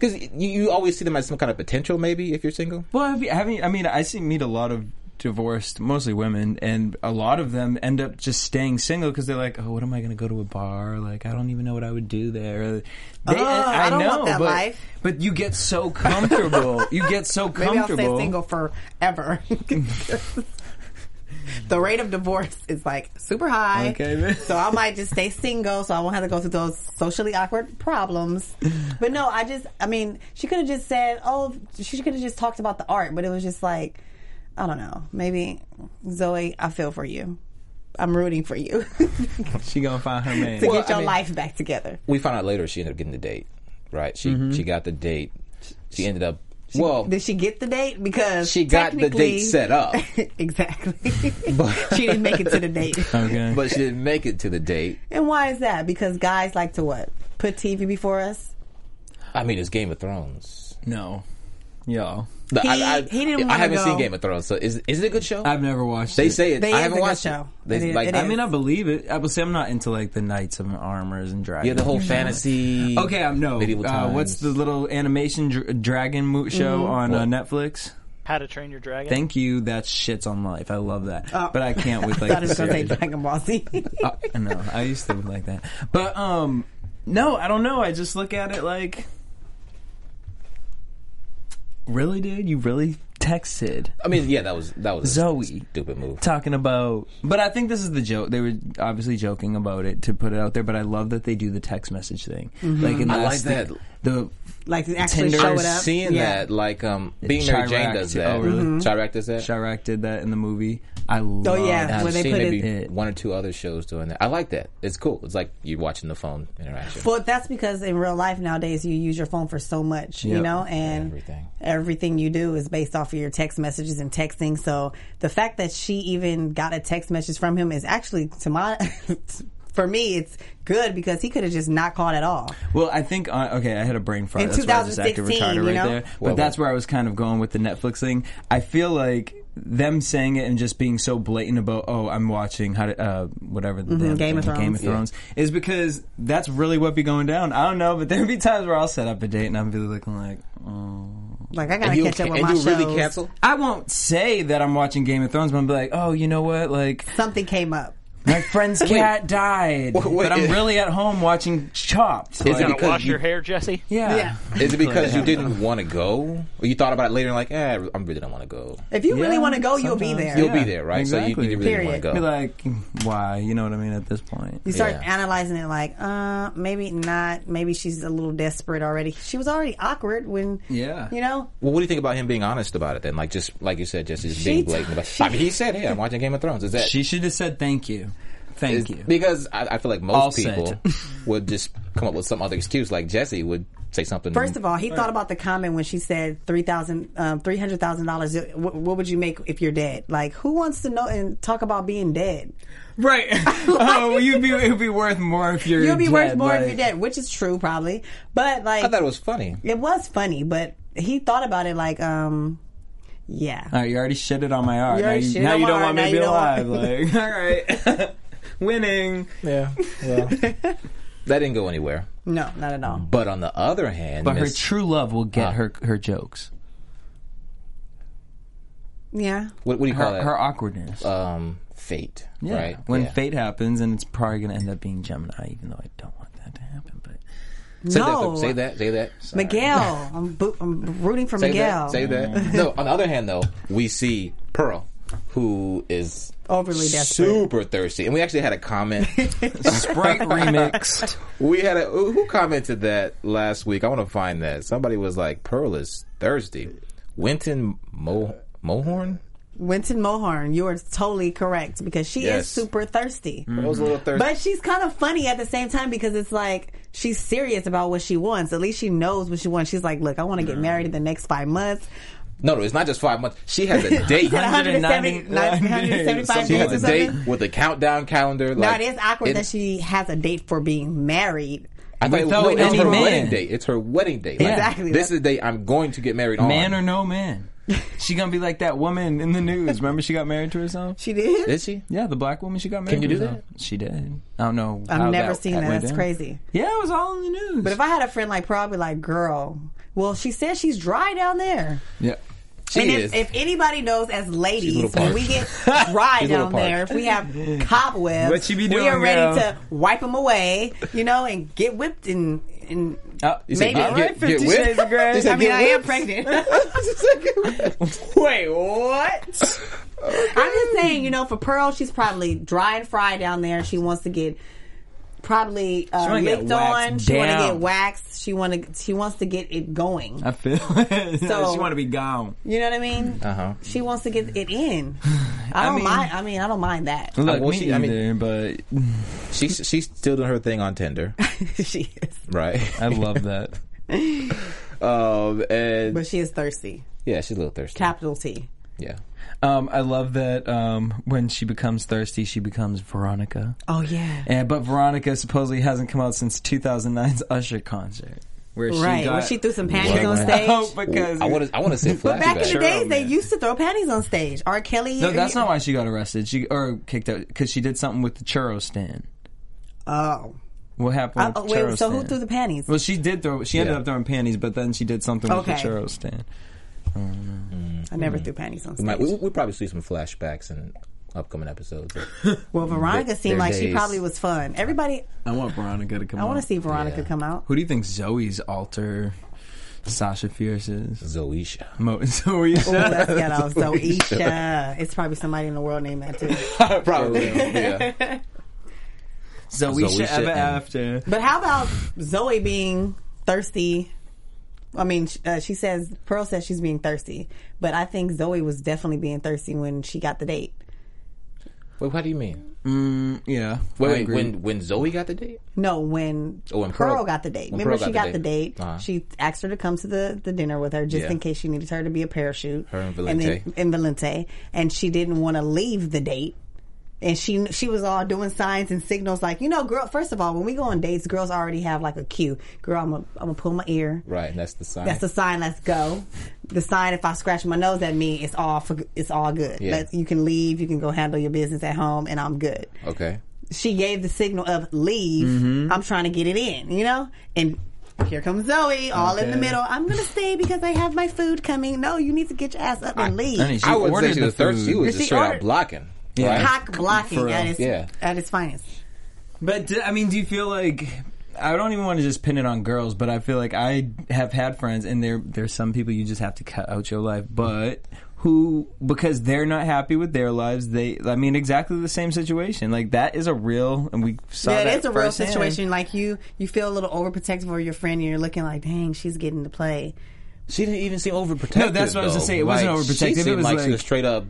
[SPEAKER 2] Because you, you always see them as some kind of potential, maybe if you're single.
[SPEAKER 3] Well, have you, have you, I mean, I see meet a lot of divorced, mostly women, and a lot of them end up just staying single because they're like, "Oh, what am I going to go to a bar? Like, I don't even know what I would do there." They,
[SPEAKER 4] I don't want that
[SPEAKER 3] but,
[SPEAKER 4] life.
[SPEAKER 3] But you get so comfortable. you get so
[SPEAKER 4] Maybe I'll
[SPEAKER 3] comfortable.
[SPEAKER 4] stay single forever. the rate of divorce is like super high.
[SPEAKER 3] Okay, man.
[SPEAKER 4] So I might just stay single so I won't have to go through those socially awkward problems. But no, I just, I mean, she could have just said, oh, she could have just talked about the art, but it was just like, I don't know. Maybe, Zoe, I feel for you. I'm rooting for you to
[SPEAKER 3] She gonna find her man.
[SPEAKER 4] get your
[SPEAKER 2] I mean-
[SPEAKER 4] life back together.
[SPEAKER 2] We found out later she ended up getting the date, right? She she got the date. She ended up well.
[SPEAKER 4] Did Mm-hmm. she get the date? Because
[SPEAKER 2] She got the
[SPEAKER 4] technically-
[SPEAKER 2] date set up,
[SPEAKER 4] exactly. she didn't make it to the date.
[SPEAKER 3] okay.
[SPEAKER 2] but she didn't make it to the date.
[SPEAKER 4] And why is that? Because guys like to what? Put TV before us.
[SPEAKER 2] I mean, it's Game of Thrones.
[SPEAKER 3] no, y'all,
[SPEAKER 2] Look,
[SPEAKER 4] He-
[SPEAKER 2] I, I,
[SPEAKER 4] he
[SPEAKER 2] I
[SPEAKER 4] didn't wanna
[SPEAKER 2] haven't
[SPEAKER 4] go.
[SPEAKER 2] seen Game of Thrones, so is is it a good show?
[SPEAKER 3] I've never watched.
[SPEAKER 2] they
[SPEAKER 3] it.
[SPEAKER 2] say it.
[SPEAKER 4] They
[SPEAKER 2] I
[SPEAKER 4] is a
[SPEAKER 2] haven't
[SPEAKER 4] good
[SPEAKER 2] watched
[SPEAKER 4] show.
[SPEAKER 2] It. They,
[SPEAKER 4] It is-
[SPEAKER 2] like,
[SPEAKER 4] it
[SPEAKER 3] I mean, I believe it. I will say I'm not into like the knights of armors and dragons.
[SPEAKER 2] yeah, the whole fantasy.
[SPEAKER 3] Okay,
[SPEAKER 4] um,
[SPEAKER 3] I'm no.
[SPEAKER 2] medieval
[SPEAKER 3] Uh,
[SPEAKER 2] times.
[SPEAKER 3] what's the little animation dr- dragon mo- show on
[SPEAKER 4] Mm-hmm.
[SPEAKER 3] uh, Netflix?
[SPEAKER 5] How to Train Your Dragon.
[SPEAKER 3] Thank you. That shits on life. I love that.
[SPEAKER 4] Oh.
[SPEAKER 3] But I can't with like.
[SPEAKER 4] Thought it
[SPEAKER 3] the
[SPEAKER 4] was gonna say
[SPEAKER 3] series.
[SPEAKER 4] Dragon Ball Z.
[SPEAKER 3] Uh, no, I used to like that. But um, no, I don't know. I just look at it like, really, dude? You really texted
[SPEAKER 2] I mean, yeah, that was that was a
[SPEAKER 3] Zoe.
[SPEAKER 2] stupid move.
[SPEAKER 3] talking about? But I think this is the joke. They were obviously joking about it to put it out there. But I love that they do the text message thing.
[SPEAKER 4] Mm-hmm.
[SPEAKER 3] Like, and
[SPEAKER 2] I like
[SPEAKER 3] that's the-
[SPEAKER 2] that.
[SPEAKER 3] The
[SPEAKER 4] like to actually
[SPEAKER 3] Tinder
[SPEAKER 4] show
[SPEAKER 2] I'm
[SPEAKER 4] it up.
[SPEAKER 2] seeing
[SPEAKER 4] Yeah. Mm-hmm.
[SPEAKER 2] that, like, um, being Mary Jane
[SPEAKER 3] Chirac
[SPEAKER 2] does
[SPEAKER 3] too.
[SPEAKER 2] that.
[SPEAKER 3] Oh, really?
[SPEAKER 2] Chirac does that.
[SPEAKER 3] Chirac did that in the movie. I love.
[SPEAKER 4] Oh, yeah.
[SPEAKER 2] And I've
[SPEAKER 4] Where they
[SPEAKER 2] seen
[SPEAKER 4] put
[SPEAKER 2] maybe
[SPEAKER 3] it-
[SPEAKER 2] one or two other shows doing that. I like that. It's cool. It's like you watching the phone interaction.
[SPEAKER 4] Well, that's because in real life nowadays you use your phone for so much, you
[SPEAKER 3] Yep.
[SPEAKER 4] know, and
[SPEAKER 2] Everything.
[SPEAKER 4] everything you do is based off of your text messages and texting. So the fact that she even got a text message from him is actually, to my, for me, it's good because he could have just not called at all.
[SPEAKER 3] Well, I think uh, okay, I had a brain fart.
[SPEAKER 4] In
[SPEAKER 3] that's why I just acted
[SPEAKER 4] 2016,
[SPEAKER 3] retarded
[SPEAKER 4] you
[SPEAKER 3] right
[SPEAKER 4] know?
[SPEAKER 3] there. But
[SPEAKER 2] Well,
[SPEAKER 3] that's
[SPEAKER 2] well.
[SPEAKER 3] where I was kind of going with the Netflix thing. I feel like them saying it and just being so blatant about oh I'm watching how to, uh, whatever the damn
[SPEAKER 4] Mm-hmm. Game
[SPEAKER 3] thing,
[SPEAKER 4] of Thrones.
[SPEAKER 3] Game of
[SPEAKER 4] Yeah.
[SPEAKER 3] Thrones is because that's really what be going down. I don't know, but there'd be times where I'll set up a date and I'll be looking like oh.
[SPEAKER 4] Like I
[SPEAKER 2] and
[SPEAKER 4] gotta
[SPEAKER 2] you,
[SPEAKER 4] catch up with
[SPEAKER 2] and
[SPEAKER 4] my
[SPEAKER 2] you really
[SPEAKER 4] shows.
[SPEAKER 2] cancel?
[SPEAKER 3] I won't say that I'm watching Game of Thrones, but I'm be like, oh, you know what? Like,
[SPEAKER 4] Something came up.
[SPEAKER 3] my friend's cat died,
[SPEAKER 2] Wait, wait,
[SPEAKER 3] but I'm
[SPEAKER 2] it-
[SPEAKER 3] really at home watching Chopped.
[SPEAKER 2] Is
[SPEAKER 3] Like,
[SPEAKER 5] You
[SPEAKER 2] it
[SPEAKER 5] gotta
[SPEAKER 2] because
[SPEAKER 5] wash
[SPEAKER 2] you-
[SPEAKER 5] your hair, Jesse.
[SPEAKER 3] yeah.
[SPEAKER 4] Yeah.
[SPEAKER 2] Is it because you didn't want to go, or you thought about it later and like, eh, I really don't want to go?
[SPEAKER 4] If you really
[SPEAKER 3] Yeah,
[SPEAKER 4] want to go, you'll be
[SPEAKER 3] sometimes.
[SPEAKER 4] there.
[SPEAKER 2] You'll
[SPEAKER 3] Yeah,
[SPEAKER 2] be there, right? So you,
[SPEAKER 3] exactly.
[SPEAKER 2] you really want to
[SPEAKER 4] Period.
[SPEAKER 2] go.
[SPEAKER 3] Be like, why? You know what I mean at this point.
[SPEAKER 4] You start
[SPEAKER 2] Yeah.
[SPEAKER 4] analyzing it like, uh, maybe not. Maybe she's a little desperate already. She was already awkward when,
[SPEAKER 3] Yeah.
[SPEAKER 4] you know,
[SPEAKER 2] well, what do you think about him being honest about it then? Like just like you said, just, just being
[SPEAKER 4] She-
[SPEAKER 2] blatant. About, I mean, he said, "Hey, I'm watching Game of Thrones." Is that
[SPEAKER 3] She should have said thank you. Thank
[SPEAKER 2] is-
[SPEAKER 3] you.
[SPEAKER 2] because I, I feel like most
[SPEAKER 3] All said.
[SPEAKER 2] people would just come up with some other excuse. Like Jesse would say something.
[SPEAKER 4] First of all, he thought about the comment when she said three thousand, um, three hundred thousand dollars. What what would you make if you're dead? Like, who wants to know and talk about being dead?
[SPEAKER 3] right. oh, you'd be it would be worth more if you're
[SPEAKER 4] You'll be worth
[SPEAKER 3] dead,
[SPEAKER 4] more if
[SPEAKER 3] like-
[SPEAKER 4] you're dead, which is true probably. But like,
[SPEAKER 2] I thought it was funny.
[SPEAKER 4] it was funny, but he thought about it like, um, yeah.
[SPEAKER 3] All right, you already shitted on my art.
[SPEAKER 4] You
[SPEAKER 3] now
[SPEAKER 4] already
[SPEAKER 3] you,
[SPEAKER 4] shitted
[SPEAKER 3] now
[SPEAKER 4] on
[SPEAKER 3] you
[SPEAKER 4] my
[SPEAKER 3] don't
[SPEAKER 4] art,
[SPEAKER 3] want me
[SPEAKER 4] now
[SPEAKER 3] to
[SPEAKER 4] you
[SPEAKER 3] be alive.
[SPEAKER 4] don't want-
[SPEAKER 3] Like, all right. Winning.
[SPEAKER 2] Yeah. Well, that didn't go anywhere.
[SPEAKER 4] No, not at all.
[SPEAKER 2] But on the other hand,
[SPEAKER 3] But her
[SPEAKER 2] Miss-
[SPEAKER 3] true love will get
[SPEAKER 2] Ah.
[SPEAKER 3] her her jokes.
[SPEAKER 4] Yeah,
[SPEAKER 2] what, what do you call
[SPEAKER 3] Her,
[SPEAKER 2] that?
[SPEAKER 3] her awkwardness.
[SPEAKER 2] um, fate,
[SPEAKER 3] Yeah.
[SPEAKER 2] right?
[SPEAKER 3] When
[SPEAKER 2] Yeah.
[SPEAKER 3] fate happens, and it's probably going to end up being Gemini, even though I don't want that to happen. But
[SPEAKER 2] say
[SPEAKER 4] No.
[SPEAKER 2] that, say that, say that. Sorry.
[SPEAKER 4] Miguel. I'm, bo- I'm rooting for
[SPEAKER 2] say that,
[SPEAKER 4] Miguel.
[SPEAKER 2] say
[SPEAKER 3] Mm.
[SPEAKER 2] that. no, on the other hand, though, we see Pearl, who is
[SPEAKER 4] Overly desperate.
[SPEAKER 2] super thirsty, and we actually had a comment.
[SPEAKER 3] Sprite remixed.
[SPEAKER 2] we had a who who commented that last week. I want to find that. Somebody was like, "Pearl is thirsty." Winton Mo Mohorn.
[SPEAKER 4] Winton Mohorn, you are totally correct because she
[SPEAKER 2] Yes.
[SPEAKER 4] is super thirsty.
[SPEAKER 2] I was a little thirsty.
[SPEAKER 4] But she's kind of funny at the same time because it's like she's serious about what she wants. At least she knows what she wants. She's like, look, I want to get married in the next five months.
[SPEAKER 2] no, no, it's not just five months. She has a date.
[SPEAKER 3] 190
[SPEAKER 4] 175
[SPEAKER 2] she
[SPEAKER 4] days
[SPEAKER 2] has
[SPEAKER 4] or
[SPEAKER 2] a
[SPEAKER 4] something.
[SPEAKER 2] date with a countdown calendar.
[SPEAKER 4] Now
[SPEAKER 2] like,
[SPEAKER 4] it is awkward
[SPEAKER 2] it-
[SPEAKER 4] that she has a date for being married.
[SPEAKER 2] I thought it was,
[SPEAKER 3] Without
[SPEAKER 2] no, it's
[SPEAKER 3] any
[SPEAKER 2] her
[SPEAKER 3] man.
[SPEAKER 2] wedding date. It's her wedding date. Like,
[SPEAKER 4] Exactly.
[SPEAKER 2] This is the day I'm going to get married on.
[SPEAKER 3] Man or no man. She gonna be like that woman in the news. Remember she got married to herself?
[SPEAKER 4] She did.
[SPEAKER 2] Is she?
[SPEAKER 3] Yeah, the black woman she got married
[SPEAKER 2] you
[SPEAKER 3] to
[SPEAKER 2] do
[SPEAKER 3] herself. She did. I don't know.
[SPEAKER 4] I've
[SPEAKER 3] how
[SPEAKER 4] never
[SPEAKER 3] that
[SPEAKER 4] seen that.
[SPEAKER 3] went
[SPEAKER 4] That's
[SPEAKER 3] down.
[SPEAKER 4] crazy.
[SPEAKER 3] Yeah, it was all in the news.
[SPEAKER 4] But if I had a friend like probably like girl, Well, she says she's dry down there.
[SPEAKER 3] Yeah.
[SPEAKER 2] She
[SPEAKER 4] and
[SPEAKER 2] is.
[SPEAKER 4] if, if anybody knows, as
[SPEAKER 2] She's a little
[SPEAKER 4] ladies, when we get dry
[SPEAKER 2] She's a little
[SPEAKER 4] down there, if we have cobwebs,
[SPEAKER 3] What you be
[SPEAKER 4] we
[SPEAKER 3] doing,
[SPEAKER 4] are ready
[SPEAKER 3] girl?
[SPEAKER 4] to wipe them away, you know, and get whipped and. and
[SPEAKER 3] Oh,
[SPEAKER 2] Uh, You said
[SPEAKER 4] Maybe.
[SPEAKER 2] get-
[SPEAKER 4] All
[SPEAKER 2] get-
[SPEAKER 4] right,
[SPEAKER 2] get
[SPEAKER 3] Fifty
[SPEAKER 2] whipped?
[SPEAKER 3] Shades of Grey.
[SPEAKER 2] You said
[SPEAKER 4] I mean,
[SPEAKER 2] get
[SPEAKER 4] I am
[SPEAKER 2] whipped?
[SPEAKER 4] pregnant.
[SPEAKER 3] Wait, what?
[SPEAKER 4] I'm just saying, you know, for Pearl, she's probably dry and fried down there. She wants to get probably uh,
[SPEAKER 3] wanna get waxed
[SPEAKER 4] licked on. She want to
[SPEAKER 3] down.
[SPEAKER 4] get waxed. She want to. She wants to get it going.
[SPEAKER 3] I feel it.
[SPEAKER 4] So-
[SPEAKER 3] she want to be gone.
[SPEAKER 4] You know what I mean?
[SPEAKER 2] Uh-huh.
[SPEAKER 4] She wants to get it in. I don't
[SPEAKER 3] mean-
[SPEAKER 4] mind. I mean, I don't mind that.
[SPEAKER 3] Look,
[SPEAKER 2] well,
[SPEAKER 3] me
[SPEAKER 2] she- I mean-
[SPEAKER 3] either, but
[SPEAKER 2] She's she's still doing her thing on Tinder,
[SPEAKER 4] she is,
[SPEAKER 2] right?
[SPEAKER 3] I love that.
[SPEAKER 2] Um, and
[SPEAKER 4] but she is thirsty.
[SPEAKER 2] yeah, she's a little thirsty.
[SPEAKER 4] Capital T.
[SPEAKER 2] yeah.
[SPEAKER 3] Um, I love that um, when she becomes thirsty, she becomes Veronica.
[SPEAKER 4] Oh yeah.
[SPEAKER 3] And, but Veronica supposedly hasn't come out since 2009's Usher concert, where
[SPEAKER 4] right.
[SPEAKER 3] she got
[SPEAKER 4] When she threw some panties
[SPEAKER 2] What?
[SPEAKER 4] on stage.
[SPEAKER 3] out Oh, because
[SPEAKER 2] I want to I want to see a
[SPEAKER 4] But back in
[SPEAKER 2] flashback.
[SPEAKER 4] the days, they used to throw panties on stage. R. Kelly.
[SPEAKER 3] no, that's not why she got arrested. She or kicked out because she did something with the churro stand.
[SPEAKER 4] Oh.
[SPEAKER 3] What happened?
[SPEAKER 4] Uh,
[SPEAKER 3] with the churro
[SPEAKER 4] wait. So who
[SPEAKER 3] stand?
[SPEAKER 4] threw the panties?
[SPEAKER 3] Well, she did throw. She ended
[SPEAKER 2] Yeah.
[SPEAKER 3] up throwing panties, but then she did something with
[SPEAKER 4] Okay.
[SPEAKER 3] the churro stand.
[SPEAKER 4] I never
[SPEAKER 3] mm.
[SPEAKER 4] threw panties on
[SPEAKER 2] We
[SPEAKER 4] stage.
[SPEAKER 2] might- we, we'll probably see some flashbacks in upcoming episodes.
[SPEAKER 4] Well, Veronica
[SPEAKER 2] Th-
[SPEAKER 4] seemed
[SPEAKER 2] their
[SPEAKER 4] like she
[SPEAKER 2] days.
[SPEAKER 4] probably was fun. Everybody,
[SPEAKER 3] I want Veronica to come.
[SPEAKER 4] I want to see Veronica
[SPEAKER 2] Yeah.
[SPEAKER 4] come out.
[SPEAKER 3] Who do you think Zoe's alter Sasha Fierce is?
[SPEAKER 2] Zoisha.
[SPEAKER 3] Mo- Zoe.
[SPEAKER 4] Ooh, that's ghetto. So Isha, it's probably somebody in the world named that too.
[SPEAKER 2] Probably. yeah.
[SPEAKER 3] Zoe
[SPEAKER 2] Zoesha
[SPEAKER 3] ever
[SPEAKER 2] and-
[SPEAKER 3] after.
[SPEAKER 4] But how about Zoe being thirsty? I mean, sh- uh, she says Pearl says she's being thirsty, but I think Zoe was definitely being thirsty when she got the date.
[SPEAKER 2] Wait, what do you mean?
[SPEAKER 3] Yeah.
[SPEAKER 2] Wait,
[SPEAKER 3] I
[SPEAKER 2] wait,
[SPEAKER 3] agree.
[SPEAKER 2] when when Zoe got the date?
[SPEAKER 4] No, when,
[SPEAKER 2] Oh, when
[SPEAKER 4] Pearl,
[SPEAKER 2] Pearl-
[SPEAKER 4] got the date.
[SPEAKER 2] when
[SPEAKER 4] Remember,
[SPEAKER 2] Pearl
[SPEAKER 4] she got the date.
[SPEAKER 2] Uh-huh.
[SPEAKER 4] She asked her to come to the, the dinner with her just
[SPEAKER 2] Yeah.
[SPEAKER 4] in case she needed her to be a parachute.
[SPEAKER 2] Her and
[SPEAKER 4] then,
[SPEAKER 2] Valente.
[SPEAKER 4] and Valente, and she didn't want to leave the date. And she she was all doing signs and signals like you know, girl. First of all, when we go on dates, girls already have like a cue. Girl, I'm gonna I'm gonna pull my ear.
[SPEAKER 2] Right, and that's the sign.
[SPEAKER 4] That's the sign. Let's go. The sign. If I scratch my nose at me, it's all for, it's all good.
[SPEAKER 2] Yeah.
[SPEAKER 4] Let- you can leave. You can go handle your business at home, and I'm good.
[SPEAKER 2] okay.
[SPEAKER 4] She gave the signal of leave.
[SPEAKER 3] Mm-hmm.
[SPEAKER 4] I'm trying to get it in. You know, and here comes Zoe, all in the
[SPEAKER 3] Okay.
[SPEAKER 4] middle. I'm gonna stay because I have my food coming. No, you need to get your ass up and leave.
[SPEAKER 3] I mean, she
[SPEAKER 2] I would
[SPEAKER 3] ordered
[SPEAKER 2] say she
[SPEAKER 3] the
[SPEAKER 2] was thirsty. She
[SPEAKER 3] food.
[SPEAKER 2] was
[SPEAKER 4] She
[SPEAKER 2] just straight out
[SPEAKER 4] ordered-
[SPEAKER 2] blocking.
[SPEAKER 3] Yeah.
[SPEAKER 2] Right?
[SPEAKER 4] Cock blocking
[SPEAKER 3] For
[SPEAKER 4] at
[SPEAKER 3] real.
[SPEAKER 4] its
[SPEAKER 2] Yeah.
[SPEAKER 4] at its finest.
[SPEAKER 3] But d- I mean, do you feel like I don't even want to just pin it on girls, but I feel like I have had friends, and there there's some people you just have to cut out your life, but who because they're not happy with their lives, they I mean exactly the same situation. Like that is a real, and we saw
[SPEAKER 4] Yeah,
[SPEAKER 3] that
[SPEAKER 4] it is a real
[SPEAKER 3] firsthand.
[SPEAKER 4] situation. Like you, you feel a little overprotective over your friend, and you're looking like, dang, she's getting to play.
[SPEAKER 2] She didn't even seem overprotective.
[SPEAKER 3] No, that's what I was
[SPEAKER 2] though.
[SPEAKER 3] gonna say. It wasn't
[SPEAKER 2] Like,
[SPEAKER 3] overprotective.
[SPEAKER 2] She
[SPEAKER 3] It
[SPEAKER 2] seemed
[SPEAKER 3] was
[SPEAKER 2] like, she
[SPEAKER 3] like-
[SPEAKER 2] was straight up.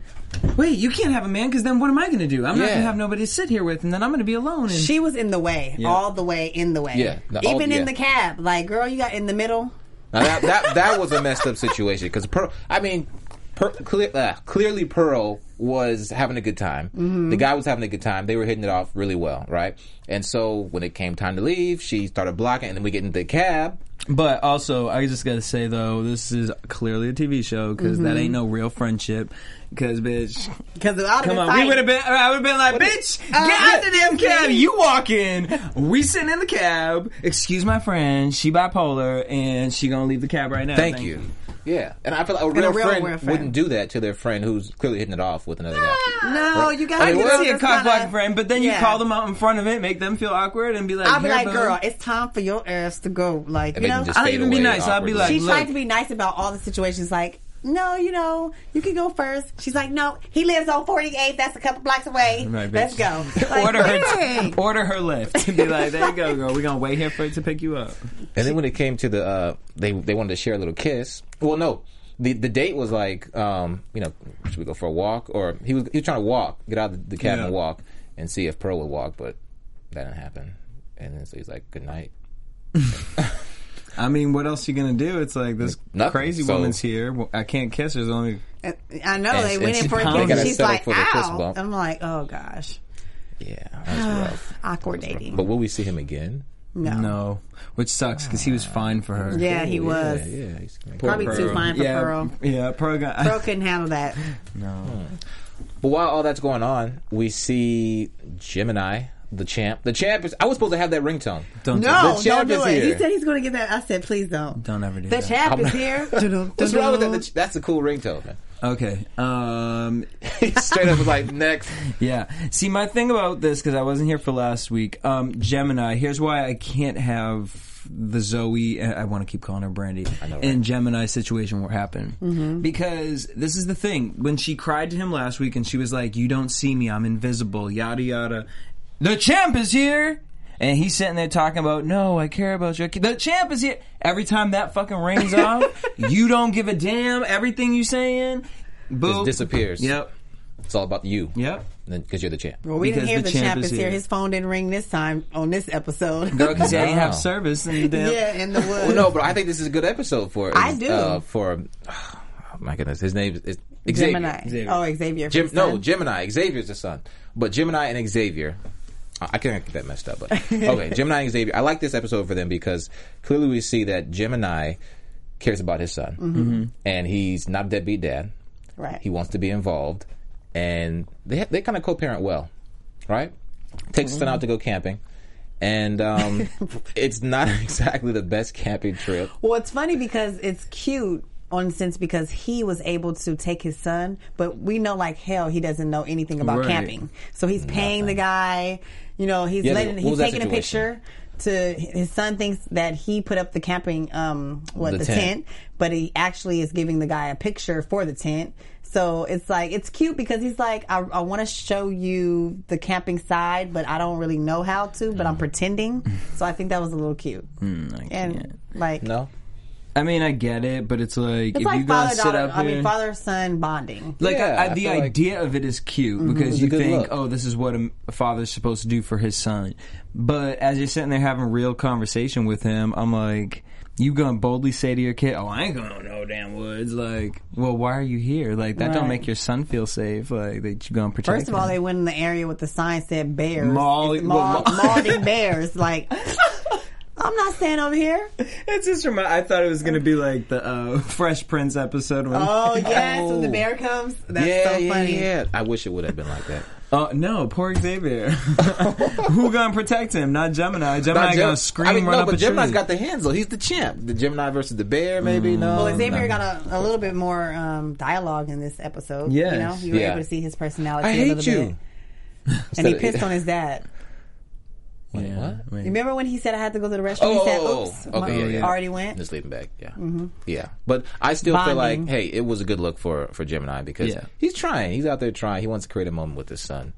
[SPEAKER 3] Wait, you can't have a man because then what am I going to do? I'm not
[SPEAKER 2] Yeah.
[SPEAKER 3] going to have nobody to sit here with, and then I'm going to be alone. And
[SPEAKER 4] She was in the way, all the way in the way.
[SPEAKER 2] Yeah, the- all-
[SPEAKER 4] even
[SPEAKER 2] yeah.
[SPEAKER 4] in the cab. Like, girl, you got in the middle.
[SPEAKER 2] Now that, that that was a messed up situation because Pearl. I mean, per, clear, uh, clearly Pearl was having a good time. The guy was having a good time. They were hitting it off really well, right? And so when it came time to leave, she started blocking, and then we get into the cab.
[SPEAKER 3] But also, I just gotta say though, this is clearly a TV show because
[SPEAKER 4] Mm-hmm.
[SPEAKER 3] that ain't no real friendship. Because bitch,
[SPEAKER 4] Because out
[SPEAKER 3] come
[SPEAKER 4] of
[SPEAKER 3] on, we would have been. I would have been like, bitch,
[SPEAKER 4] Ah,
[SPEAKER 3] get out the damn cab. You walk in, we sitting in the cab. Excuse my friend, she bipolar and she gonna leave the cab right now.
[SPEAKER 2] Thank you. Yeah, and I feel like a real,
[SPEAKER 4] a real
[SPEAKER 2] friend, Ah.
[SPEAKER 4] real friend.
[SPEAKER 2] wouldn't do that to their friend who's clearly hitting it off with another guy.
[SPEAKER 4] No, you got
[SPEAKER 3] I
[SPEAKER 4] to
[SPEAKER 3] can
[SPEAKER 4] know
[SPEAKER 3] see a
[SPEAKER 4] that's
[SPEAKER 3] cock
[SPEAKER 4] not
[SPEAKER 3] blocking friend, but then
[SPEAKER 4] Yeah.
[SPEAKER 3] you call them out in front of it, make them feel awkward, and be like,
[SPEAKER 4] I'll be
[SPEAKER 3] "Here,
[SPEAKER 4] like,
[SPEAKER 3] boo."
[SPEAKER 4] girl, it's time for your ass to go. Like,
[SPEAKER 2] And
[SPEAKER 4] you
[SPEAKER 2] they
[SPEAKER 4] know,
[SPEAKER 2] can just
[SPEAKER 3] I'll
[SPEAKER 2] fade
[SPEAKER 3] even be
[SPEAKER 2] away
[SPEAKER 3] nice. I'll
[SPEAKER 2] awkwardly.
[SPEAKER 3] be like,
[SPEAKER 4] she
[SPEAKER 3] look.
[SPEAKER 4] tried to be nice about all the situations. Like, no, you know, you can go first. She's like, no, he lives on 48th. That's a couple blocks away.
[SPEAKER 3] Right, bitch.
[SPEAKER 4] Let's go. Like,
[SPEAKER 3] order her,
[SPEAKER 4] dang.
[SPEAKER 3] order her lift, and be like, "There you go, girl. We gonna wait here for it to pick you up."
[SPEAKER 2] And then when it came to the, uh, they they wanted to share a little kiss. Well, no, the the date was like, um, you know, should we go for a walk? Or he was he was trying to walk, get out of the cab
[SPEAKER 3] Yeah.
[SPEAKER 2] and walk, and see if Pearl would walk, but that didn't happen. And then so he's like, good night.
[SPEAKER 3] I mean, what else you gonna do? It's like this
[SPEAKER 2] Nothing.
[SPEAKER 3] crazy
[SPEAKER 2] So-
[SPEAKER 3] woman's here. Well, I can't kiss her. There's only
[SPEAKER 4] I know.
[SPEAKER 2] And-
[SPEAKER 4] they
[SPEAKER 2] and
[SPEAKER 4] went in
[SPEAKER 2] she-
[SPEAKER 4] for
[SPEAKER 2] they
[SPEAKER 4] a kiss. And
[SPEAKER 2] gotta
[SPEAKER 4] she's
[SPEAKER 2] settle
[SPEAKER 4] like,
[SPEAKER 2] for the fist
[SPEAKER 4] ow.
[SPEAKER 2] bump.
[SPEAKER 4] I'm like, oh, gosh.
[SPEAKER 2] Yeah, that's rough.
[SPEAKER 4] Awkward dating.
[SPEAKER 2] But will we see him again?
[SPEAKER 3] no, which sucks because he was fine for her.
[SPEAKER 4] Yeah, he
[SPEAKER 2] Yeah,
[SPEAKER 4] was.
[SPEAKER 2] Yeah, he's
[SPEAKER 4] Uh, Probably too fine for
[SPEAKER 3] yeah,
[SPEAKER 4] Pearl.
[SPEAKER 3] Yeah, Pearl got.
[SPEAKER 4] Pearl couldn't handle that.
[SPEAKER 3] No,
[SPEAKER 2] But while all that's going on, we see Gemini the champ. The champ is. I was supposed to have that ringtone.
[SPEAKER 3] Don't
[SPEAKER 4] No,
[SPEAKER 2] The
[SPEAKER 4] don't
[SPEAKER 2] champ
[SPEAKER 4] do
[SPEAKER 2] is
[SPEAKER 4] it.
[SPEAKER 2] here.
[SPEAKER 4] He said he's going to get that. I said, please don't.
[SPEAKER 3] Don't ever do
[SPEAKER 4] the
[SPEAKER 3] that.
[SPEAKER 4] chap is here.
[SPEAKER 2] What's wrong with that? The ch- That's a cool ringtone. Man.
[SPEAKER 3] Okay. Um,
[SPEAKER 2] Straight up was like next.
[SPEAKER 3] yeah. See, my thing about this because I wasn't here for last week. Um, Gemini. Here's why I can't have the Zoe. eh, I I want to keep calling her Brandy. I know. And Gemini situation what happened because this is the thing. When she cried to him last week and she was like, "You don't see me. I'm invisible." Yada yada. The champ is here. And he's sitting there talking about, no, I care about you. The champ is here. Every time that fucking rings off, you don't give a damn. Everything you saying, boom,
[SPEAKER 2] disappears.
[SPEAKER 3] Yep,
[SPEAKER 2] It's all about you.
[SPEAKER 3] yep.
[SPEAKER 2] Because you're the champ.
[SPEAKER 4] Well, we didn't
[SPEAKER 3] Because
[SPEAKER 4] hear
[SPEAKER 3] the
[SPEAKER 4] the,
[SPEAKER 3] champ is
[SPEAKER 4] champ, is here.
[SPEAKER 3] here.
[SPEAKER 4] His phone didn't ring this time on this episode.
[SPEAKER 3] Girl, because they
[SPEAKER 2] Wow.
[SPEAKER 3] ain't have service in the damn.
[SPEAKER 4] yeah, in the woods.
[SPEAKER 2] Well, no, but I think this is a good episode for.
[SPEAKER 4] I
[SPEAKER 2] is,
[SPEAKER 4] do.
[SPEAKER 2] Uh, for oh, my goodness, his name is Xavier.
[SPEAKER 4] Gemini.
[SPEAKER 2] Xavier.
[SPEAKER 4] Oh, Xavier.
[SPEAKER 2] Gem-
[SPEAKER 4] his
[SPEAKER 2] no,
[SPEAKER 4] son.
[SPEAKER 2] Gemini. Xavier's the son, but Gemini and Xavier. Uh, I I can't get that messed up, but okay. Gemini and Xavier. I like this episode for them because clearly we see that Gemini cares about his son,
[SPEAKER 4] Mm-hmm.
[SPEAKER 2] and he's not a deadbeat dad.
[SPEAKER 4] Right.
[SPEAKER 2] He wants to be involved, and they ha- they kind of co-parent well, right? Takes his son
[SPEAKER 4] Mm-hmm.
[SPEAKER 2] out to go camping, and um, it's not exactly the best camping trip.
[SPEAKER 4] Well, it's funny because it's cute on the sense because he was able to take his son, but we know like hell he doesn't know anything about
[SPEAKER 3] Right.
[SPEAKER 4] camping. So he's paying the guy, you know, he's
[SPEAKER 2] Yeah,
[SPEAKER 4] letting
[SPEAKER 2] what
[SPEAKER 4] he's
[SPEAKER 2] was that
[SPEAKER 4] taking a
[SPEAKER 2] situation?
[SPEAKER 4] picture to his son thinks that he put up the camping um what
[SPEAKER 2] The
[SPEAKER 4] the,
[SPEAKER 2] tent.
[SPEAKER 4] tent. but he actually is giving the guy a picture for the tent. So it's like it's cute because he's like I, I want to show you the camping side, but I don't really know how to, but
[SPEAKER 2] Mm.
[SPEAKER 4] I'm pretending. So I think that was a little cute. and like
[SPEAKER 2] No,
[SPEAKER 3] I mean, I get it, but it's like
[SPEAKER 4] it's
[SPEAKER 3] if you
[SPEAKER 4] like
[SPEAKER 3] gotta
[SPEAKER 4] father
[SPEAKER 3] sit
[SPEAKER 4] daughter.
[SPEAKER 3] up
[SPEAKER 4] I
[SPEAKER 3] here,
[SPEAKER 4] mean, father son bonding.
[SPEAKER 3] like
[SPEAKER 2] Yeah,
[SPEAKER 3] I,
[SPEAKER 2] I
[SPEAKER 3] the
[SPEAKER 2] feel like-
[SPEAKER 3] idea of it is cute
[SPEAKER 4] Mm-hmm.
[SPEAKER 3] because
[SPEAKER 2] a
[SPEAKER 3] you
[SPEAKER 2] good
[SPEAKER 3] think,
[SPEAKER 2] look.
[SPEAKER 3] oh, this is what a m- a father's supposed to do for his son. But as you're sitting there having a real conversation with him, I'm like, you gonna boldly say to your kid, "Oh, I ain't going to no damn woods." Like, well, why are you here? Like that don't
[SPEAKER 4] Right.
[SPEAKER 3] make your son feel safe. Like that you gonna protect.
[SPEAKER 4] First of all,
[SPEAKER 3] him.
[SPEAKER 4] they went in the area with the sign said bears,
[SPEAKER 3] Maul-
[SPEAKER 4] It's maul-
[SPEAKER 3] well, maul-
[SPEAKER 4] mauled bears. Like, I'm not staying over here.
[SPEAKER 3] It just remind. I thought it was gonna be like the uh, Fresh Prince episode. When
[SPEAKER 4] Oh yes, when the bear comes, that's
[SPEAKER 2] yeah,
[SPEAKER 4] so
[SPEAKER 2] yeah,
[SPEAKER 4] funny.
[SPEAKER 2] yeah. I wish it would have been like that.
[SPEAKER 3] Uh, no, poor Xavier. Who gonna protect him? Not Gemini. Gemini
[SPEAKER 2] Not Gem-
[SPEAKER 3] gonna scream
[SPEAKER 2] I mean,
[SPEAKER 3] run
[SPEAKER 2] no,
[SPEAKER 3] up
[SPEAKER 2] but
[SPEAKER 3] a
[SPEAKER 2] Gemini's
[SPEAKER 3] tree. Mm.
[SPEAKER 2] got the hands though. He's the champ. The Gemini versus the bear, maybe. No,
[SPEAKER 4] Well, Xavier
[SPEAKER 2] Oh, no.
[SPEAKER 4] got a, a little bit more um, dialogue in this episode.
[SPEAKER 3] Yes.
[SPEAKER 4] You know, you were
[SPEAKER 2] Yeah.
[SPEAKER 4] able to see his personality.
[SPEAKER 2] I
[SPEAKER 4] a
[SPEAKER 2] hate
[SPEAKER 4] little
[SPEAKER 2] you.
[SPEAKER 4] Bit. And he pissed on his dad.
[SPEAKER 2] Wait, what?
[SPEAKER 3] Wait.
[SPEAKER 4] Remember when he said I had to go to the restroom?
[SPEAKER 2] Oh,
[SPEAKER 4] he said,
[SPEAKER 2] oh,
[SPEAKER 4] "Oops,
[SPEAKER 2] oh, oh. okay,
[SPEAKER 4] my-
[SPEAKER 2] yeah, yeah.
[SPEAKER 4] already went."
[SPEAKER 2] Just leaving back, yeah,
[SPEAKER 3] Mm-hmm.
[SPEAKER 2] yeah. But I still feel
[SPEAKER 4] Bonding.
[SPEAKER 2] like, hey, it was a good look for for Gemini because
[SPEAKER 3] Yeah.
[SPEAKER 2] he's trying. He's out there trying. He wants to create a moment with his son,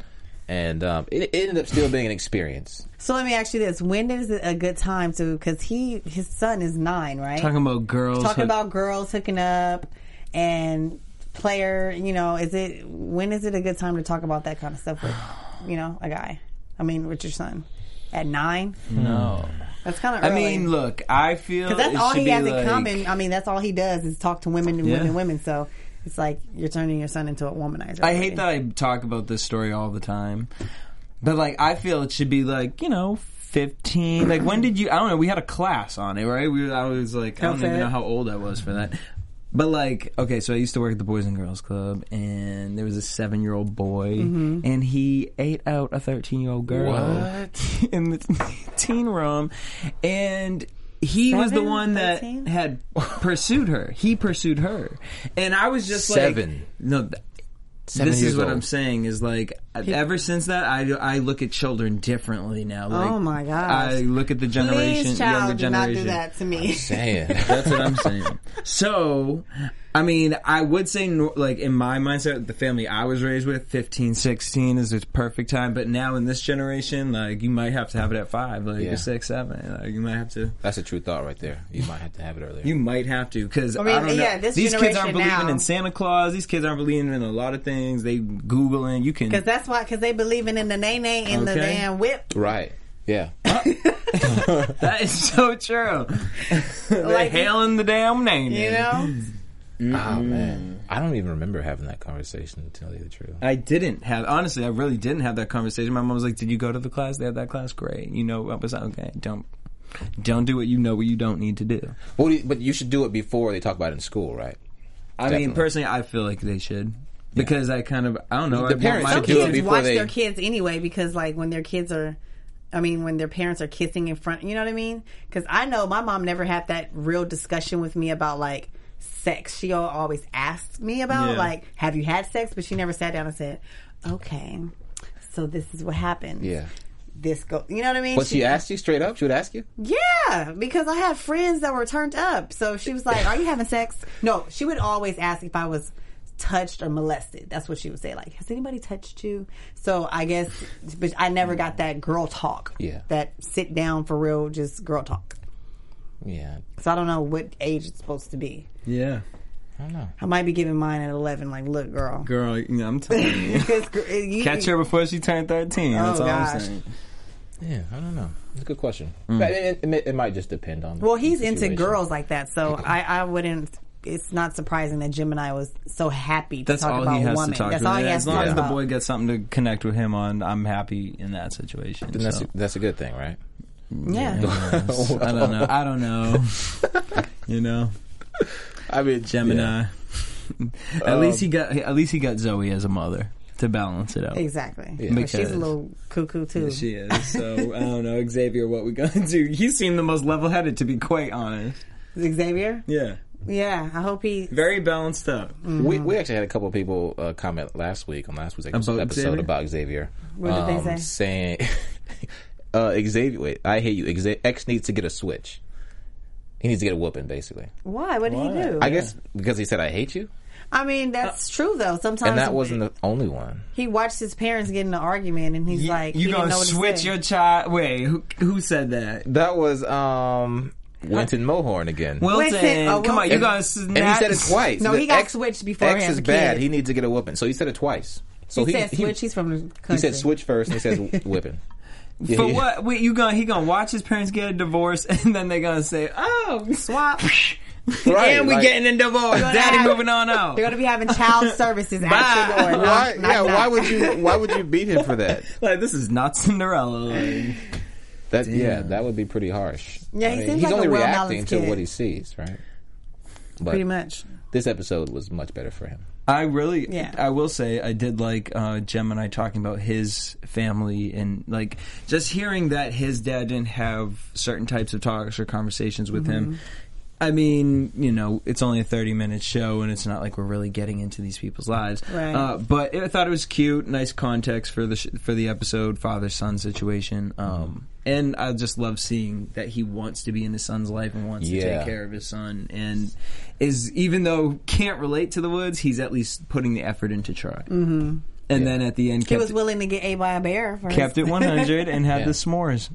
[SPEAKER 2] and um, it, it ended up still being an experience.
[SPEAKER 4] So let me ask you this: When is it a good time to? Because he, his son is nine, right?
[SPEAKER 3] talking about girls.
[SPEAKER 4] talking
[SPEAKER 3] hook-
[SPEAKER 4] about girls hooking up and player you know is it when is it a good time to talk about that kind of stuff with you know a guy i mean with your son at nine
[SPEAKER 3] no.
[SPEAKER 4] that's kind of
[SPEAKER 3] I
[SPEAKER 4] early.
[SPEAKER 3] mean, look, I feel
[SPEAKER 4] 'Cause that's
[SPEAKER 3] it
[SPEAKER 4] all
[SPEAKER 3] should
[SPEAKER 4] he
[SPEAKER 3] be
[SPEAKER 4] has
[SPEAKER 3] like-
[SPEAKER 4] in common i mean that's all he does is talk to women and
[SPEAKER 3] Yeah.
[SPEAKER 4] women and women so it's like you're turning your son into a womanizer
[SPEAKER 3] I hate that I talk about this story all the time, but like I feel it should be like you know. 15 like when did you i don't know we had a class on it right we were, i was like i don't
[SPEAKER 4] Okay.
[SPEAKER 3] even know how old i was for that but like okay so i used to work at the boys and girls club and there was a seven year old boy and he ate out a 13 year old girl
[SPEAKER 2] What?
[SPEAKER 3] in the teen room and he was the
[SPEAKER 4] Seven?
[SPEAKER 3] one that
[SPEAKER 4] 13?
[SPEAKER 3] had pursued her he pursued her and i was just like
[SPEAKER 2] Seven.
[SPEAKER 3] no th-
[SPEAKER 2] Seven
[SPEAKER 3] this
[SPEAKER 2] years
[SPEAKER 3] is what
[SPEAKER 2] old.
[SPEAKER 3] I'm saying is like ever since that I I look at children differently now. Like,
[SPEAKER 4] Oh, my gosh.
[SPEAKER 3] I look at the generation, younger
[SPEAKER 4] please child do not
[SPEAKER 3] generation.
[SPEAKER 4] do that to me
[SPEAKER 2] Damn,
[SPEAKER 3] That's what I'm saying. So, I mean, I would say, nor- like, in my mindset, the family I was raised with, 15, 16 is its perfect time. But now in this generation, like, you might have to have it at five, like,
[SPEAKER 2] Yeah.
[SPEAKER 3] or six, seven. Like, you might have to.
[SPEAKER 2] that's a true thought right there. You might have to have it earlier.
[SPEAKER 3] You might have to because I,
[SPEAKER 4] mean,
[SPEAKER 3] don't know.
[SPEAKER 4] yeah, this
[SPEAKER 3] These kids aren't
[SPEAKER 4] generation
[SPEAKER 3] believing
[SPEAKER 4] now-
[SPEAKER 3] in Santa Claus. These kids aren't believing in a lot of things. They googling. You can
[SPEAKER 4] because that's why because they believing in the nay nay and the
[SPEAKER 3] Okay.
[SPEAKER 4] damn whip
[SPEAKER 2] right? Yeah.
[SPEAKER 3] That is so true. They're
[SPEAKER 4] Like-
[SPEAKER 3] hailing the damn name.
[SPEAKER 4] you know
[SPEAKER 3] Mm-hmm.
[SPEAKER 2] Oh man, I don't even remember having that conversation. To tell you the truth,
[SPEAKER 3] I didn't have honestly. I really didn't have that conversation. My mom was like, "Did you go to the class? They had that class. Great. You know, I was like, okay. Don't don't do what you know what you don't need to do.
[SPEAKER 2] Well, you- but you should do it before they talk about it in school, right?
[SPEAKER 3] I mean,
[SPEAKER 2] Definitely.
[SPEAKER 3] personally, I feel like they should. because I kind of I don't know.
[SPEAKER 2] The
[SPEAKER 3] I
[SPEAKER 2] parents
[SPEAKER 3] want
[SPEAKER 4] Some
[SPEAKER 2] should do it
[SPEAKER 4] kids
[SPEAKER 2] before
[SPEAKER 4] watch
[SPEAKER 2] they-
[SPEAKER 4] their kids anyway because, like, when their kids are, I mean, when their parents are kissing in front, you know what I mean? Because I know my mom never had that real discussion with me about like sex. She al- always asked me about
[SPEAKER 3] Yeah.
[SPEAKER 4] like, have you had sex? But she never sat down and said, okay, so this is what happened.
[SPEAKER 2] Yeah.
[SPEAKER 4] This go, you know what I mean?
[SPEAKER 2] But she asked you straight up. She would ask you.
[SPEAKER 4] Yeah, because I had friends that were turned up. So she was like, "Are you having sex?" No, she would always ask if I was touched or molested. That's what she would say. Like, "Has anybody touched you?" So I guess, but I never got that girl talk.
[SPEAKER 2] Yeah.
[SPEAKER 4] that sit down for real, just girl talk.
[SPEAKER 2] Yeah.
[SPEAKER 4] So I don't know what age it's supposed to be.
[SPEAKER 3] Yeah,
[SPEAKER 4] I might be giving mine at eleven. Like, look, girl,
[SPEAKER 3] girl, you know, I'm telling you, Oh,
[SPEAKER 4] 'Cause gr- eh, you-
[SPEAKER 3] catch her before she turned thirteen. that's all I'm
[SPEAKER 4] gosh.
[SPEAKER 3] saying.
[SPEAKER 2] Yeah. I don't know. It's a good question. But it, it, it, might just depend on.
[SPEAKER 4] Well, he's
[SPEAKER 2] the
[SPEAKER 4] into
[SPEAKER 2] situation.
[SPEAKER 4] girls like that, so I, I wouldn't. It's not surprising that Gemini was so happy to
[SPEAKER 3] That's
[SPEAKER 4] talk
[SPEAKER 3] all
[SPEAKER 4] about
[SPEAKER 3] he has
[SPEAKER 4] women.
[SPEAKER 3] to talk
[SPEAKER 4] That's
[SPEAKER 3] about.
[SPEAKER 4] all he
[SPEAKER 3] Yeah,
[SPEAKER 4] has
[SPEAKER 3] as
[SPEAKER 4] to
[SPEAKER 3] long
[SPEAKER 4] talk
[SPEAKER 3] as the
[SPEAKER 4] about.
[SPEAKER 3] boy gets something to connect with him on, I'm happy in that situation.
[SPEAKER 2] And that's
[SPEAKER 3] so.
[SPEAKER 2] that's a good thing, right?
[SPEAKER 4] yeah.
[SPEAKER 3] I don't know. I don't know. you know,
[SPEAKER 2] I mean, yeah.
[SPEAKER 3] Gemini. at least he got. At least he got Zoe as a mother to balance it out.
[SPEAKER 4] Exactly.
[SPEAKER 2] Yeah.
[SPEAKER 4] But she's
[SPEAKER 3] Because-
[SPEAKER 4] a little cuckoo too.
[SPEAKER 3] She is. So I
[SPEAKER 2] um,
[SPEAKER 3] don't know, Xavier. What we gonna do? He seemed the most level-headed, to be quite honest.
[SPEAKER 4] Xavier?
[SPEAKER 3] Yeah,
[SPEAKER 4] Yeah. I hope he
[SPEAKER 3] very balanced out.
[SPEAKER 2] We, we actually had a couple of people uh, comment last week on last week's episode,
[SPEAKER 3] About Xavier?
[SPEAKER 2] about Xavier.
[SPEAKER 4] What did they
[SPEAKER 2] um,
[SPEAKER 4] say?
[SPEAKER 2] Saying, uh, Xavier, wait, I hate you. Xa- X needs to get a switch. He needs to get a whooping, basically.
[SPEAKER 4] why? What did he do?
[SPEAKER 2] I
[SPEAKER 4] I,
[SPEAKER 2] guess because he said I hate you,
[SPEAKER 4] mean, that's true though. Sometimes
[SPEAKER 2] and that wasn't the only one.
[SPEAKER 4] he watched his parents get in an argument and he's like,
[SPEAKER 3] you
[SPEAKER 4] he didn't
[SPEAKER 3] gonna
[SPEAKER 4] know what to
[SPEAKER 3] switch
[SPEAKER 4] say.
[SPEAKER 3] your child? Wait, who, who said that?
[SPEAKER 2] That was um, Winton Mohorn again.
[SPEAKER 3] Wilton.
[SPEAKER 4] Wilson, oh,
[SPEAKER 3] come on, you
[SPEAKER 4] Wilson.
[SPEAKER 3] gonna?
[SPEAKER 2] and he said it twice.
[SPEAKER 4] No, he
[SPEAKER 2] The
[SPEAKER 4] got
[SPEAKER 2] X-
[SPEAKER 4] switched before
[SPEAKER 2] X
[SPEAKER 4] he had
[SPEAKER 2] is
[SPEAKER 4] the
[SPEAKER 2] bad.
[SPEAKER 4] kid.
[SPEAKER 2] He needs to get a whooping. So he said it twice. So
[SPEAKER 4] he, said switch, he's from the country.
[SPEAKER 2] he said switch first, and he says whipping. Yeah,
[SPEAKER 3] For
[SPEAKER 2] he-
[SPEAKER 3] what? Wait, you gonna? He gonna watch his parents get a divorce, and then they gonna say, "Oh, swap."
[SPEAKER 2] Right,
[SPEAKER 3] and we
[SPEAKER 2] like-
[SPEAKER 3] getting a divorce.
[SPEAKER 4] gonna
[SPEAKER 3] Daddy
[SPEAKER 4] have-
[SPEAKER 3] moving on out.
[SPEAKER 4] They're gonna be having child services at your door.
[SPEAKER 2] Why?
[SPEAKER 4] Knock, knock,
[SPEAKER 2] Yeah. Why
[SPEAKER 4] knock.
[SPEAKER 2] would you? Why would you beat him for that?
[SPEAKER 3] Like this is not Cinderella. Like,
[SPEAKER 2] That yeah, that would be pretty harsh.
[SPEAKER 4] Yeah, he seems
[SPEAKER 2] he's
[SPEAKER 4] like a
[SPEAKER 2] only
[SPEAKER 4] well-balanced
[SPEAKER 2] reacting to
[SPEAKER 4] kid.
[SPEAKER 2] what he sees, right? But
[SPEAKER 4] Pretty much.
[SPEAKER 2] this episode was much better for him.
[SPEAKER 3] I really,
[SPEAKER 4] Yeah.
[SPEAKER 3] I will say, I did like uh, Gemini talking about his family and like just hearing that his dad didn't have certain types of talks or conversations with
[SPEAKER 4] Mm-hmm.
[SPEAKER 3] him. I mean, you know, it's only a thirty-minute show, and it's not like we're really getting into these people's lives.
[SPEAKER 4] Right.
[SPEAKER 3] Uh, but it, I thought it was cute, nice context for the sh- for the episode, father-son situation. Um, and I just love seeing that he wants to be in his son's life and wants to
[SPEAKER 2] Yeah.
[SPEAKER 3] take care of his son and is even though can't relate to the woods he's at least putting the effort in to try mm-hmm. and then at the end
[SPEAKER 4] He
[SPEAKER 3] kept,
[SPEAKER 4] was willing to get ate by a bear first.
[SPEAKER 3] kept it 100 and had
[SPEAKER 2] Yeah.
[SPEAKER 3] the s'mores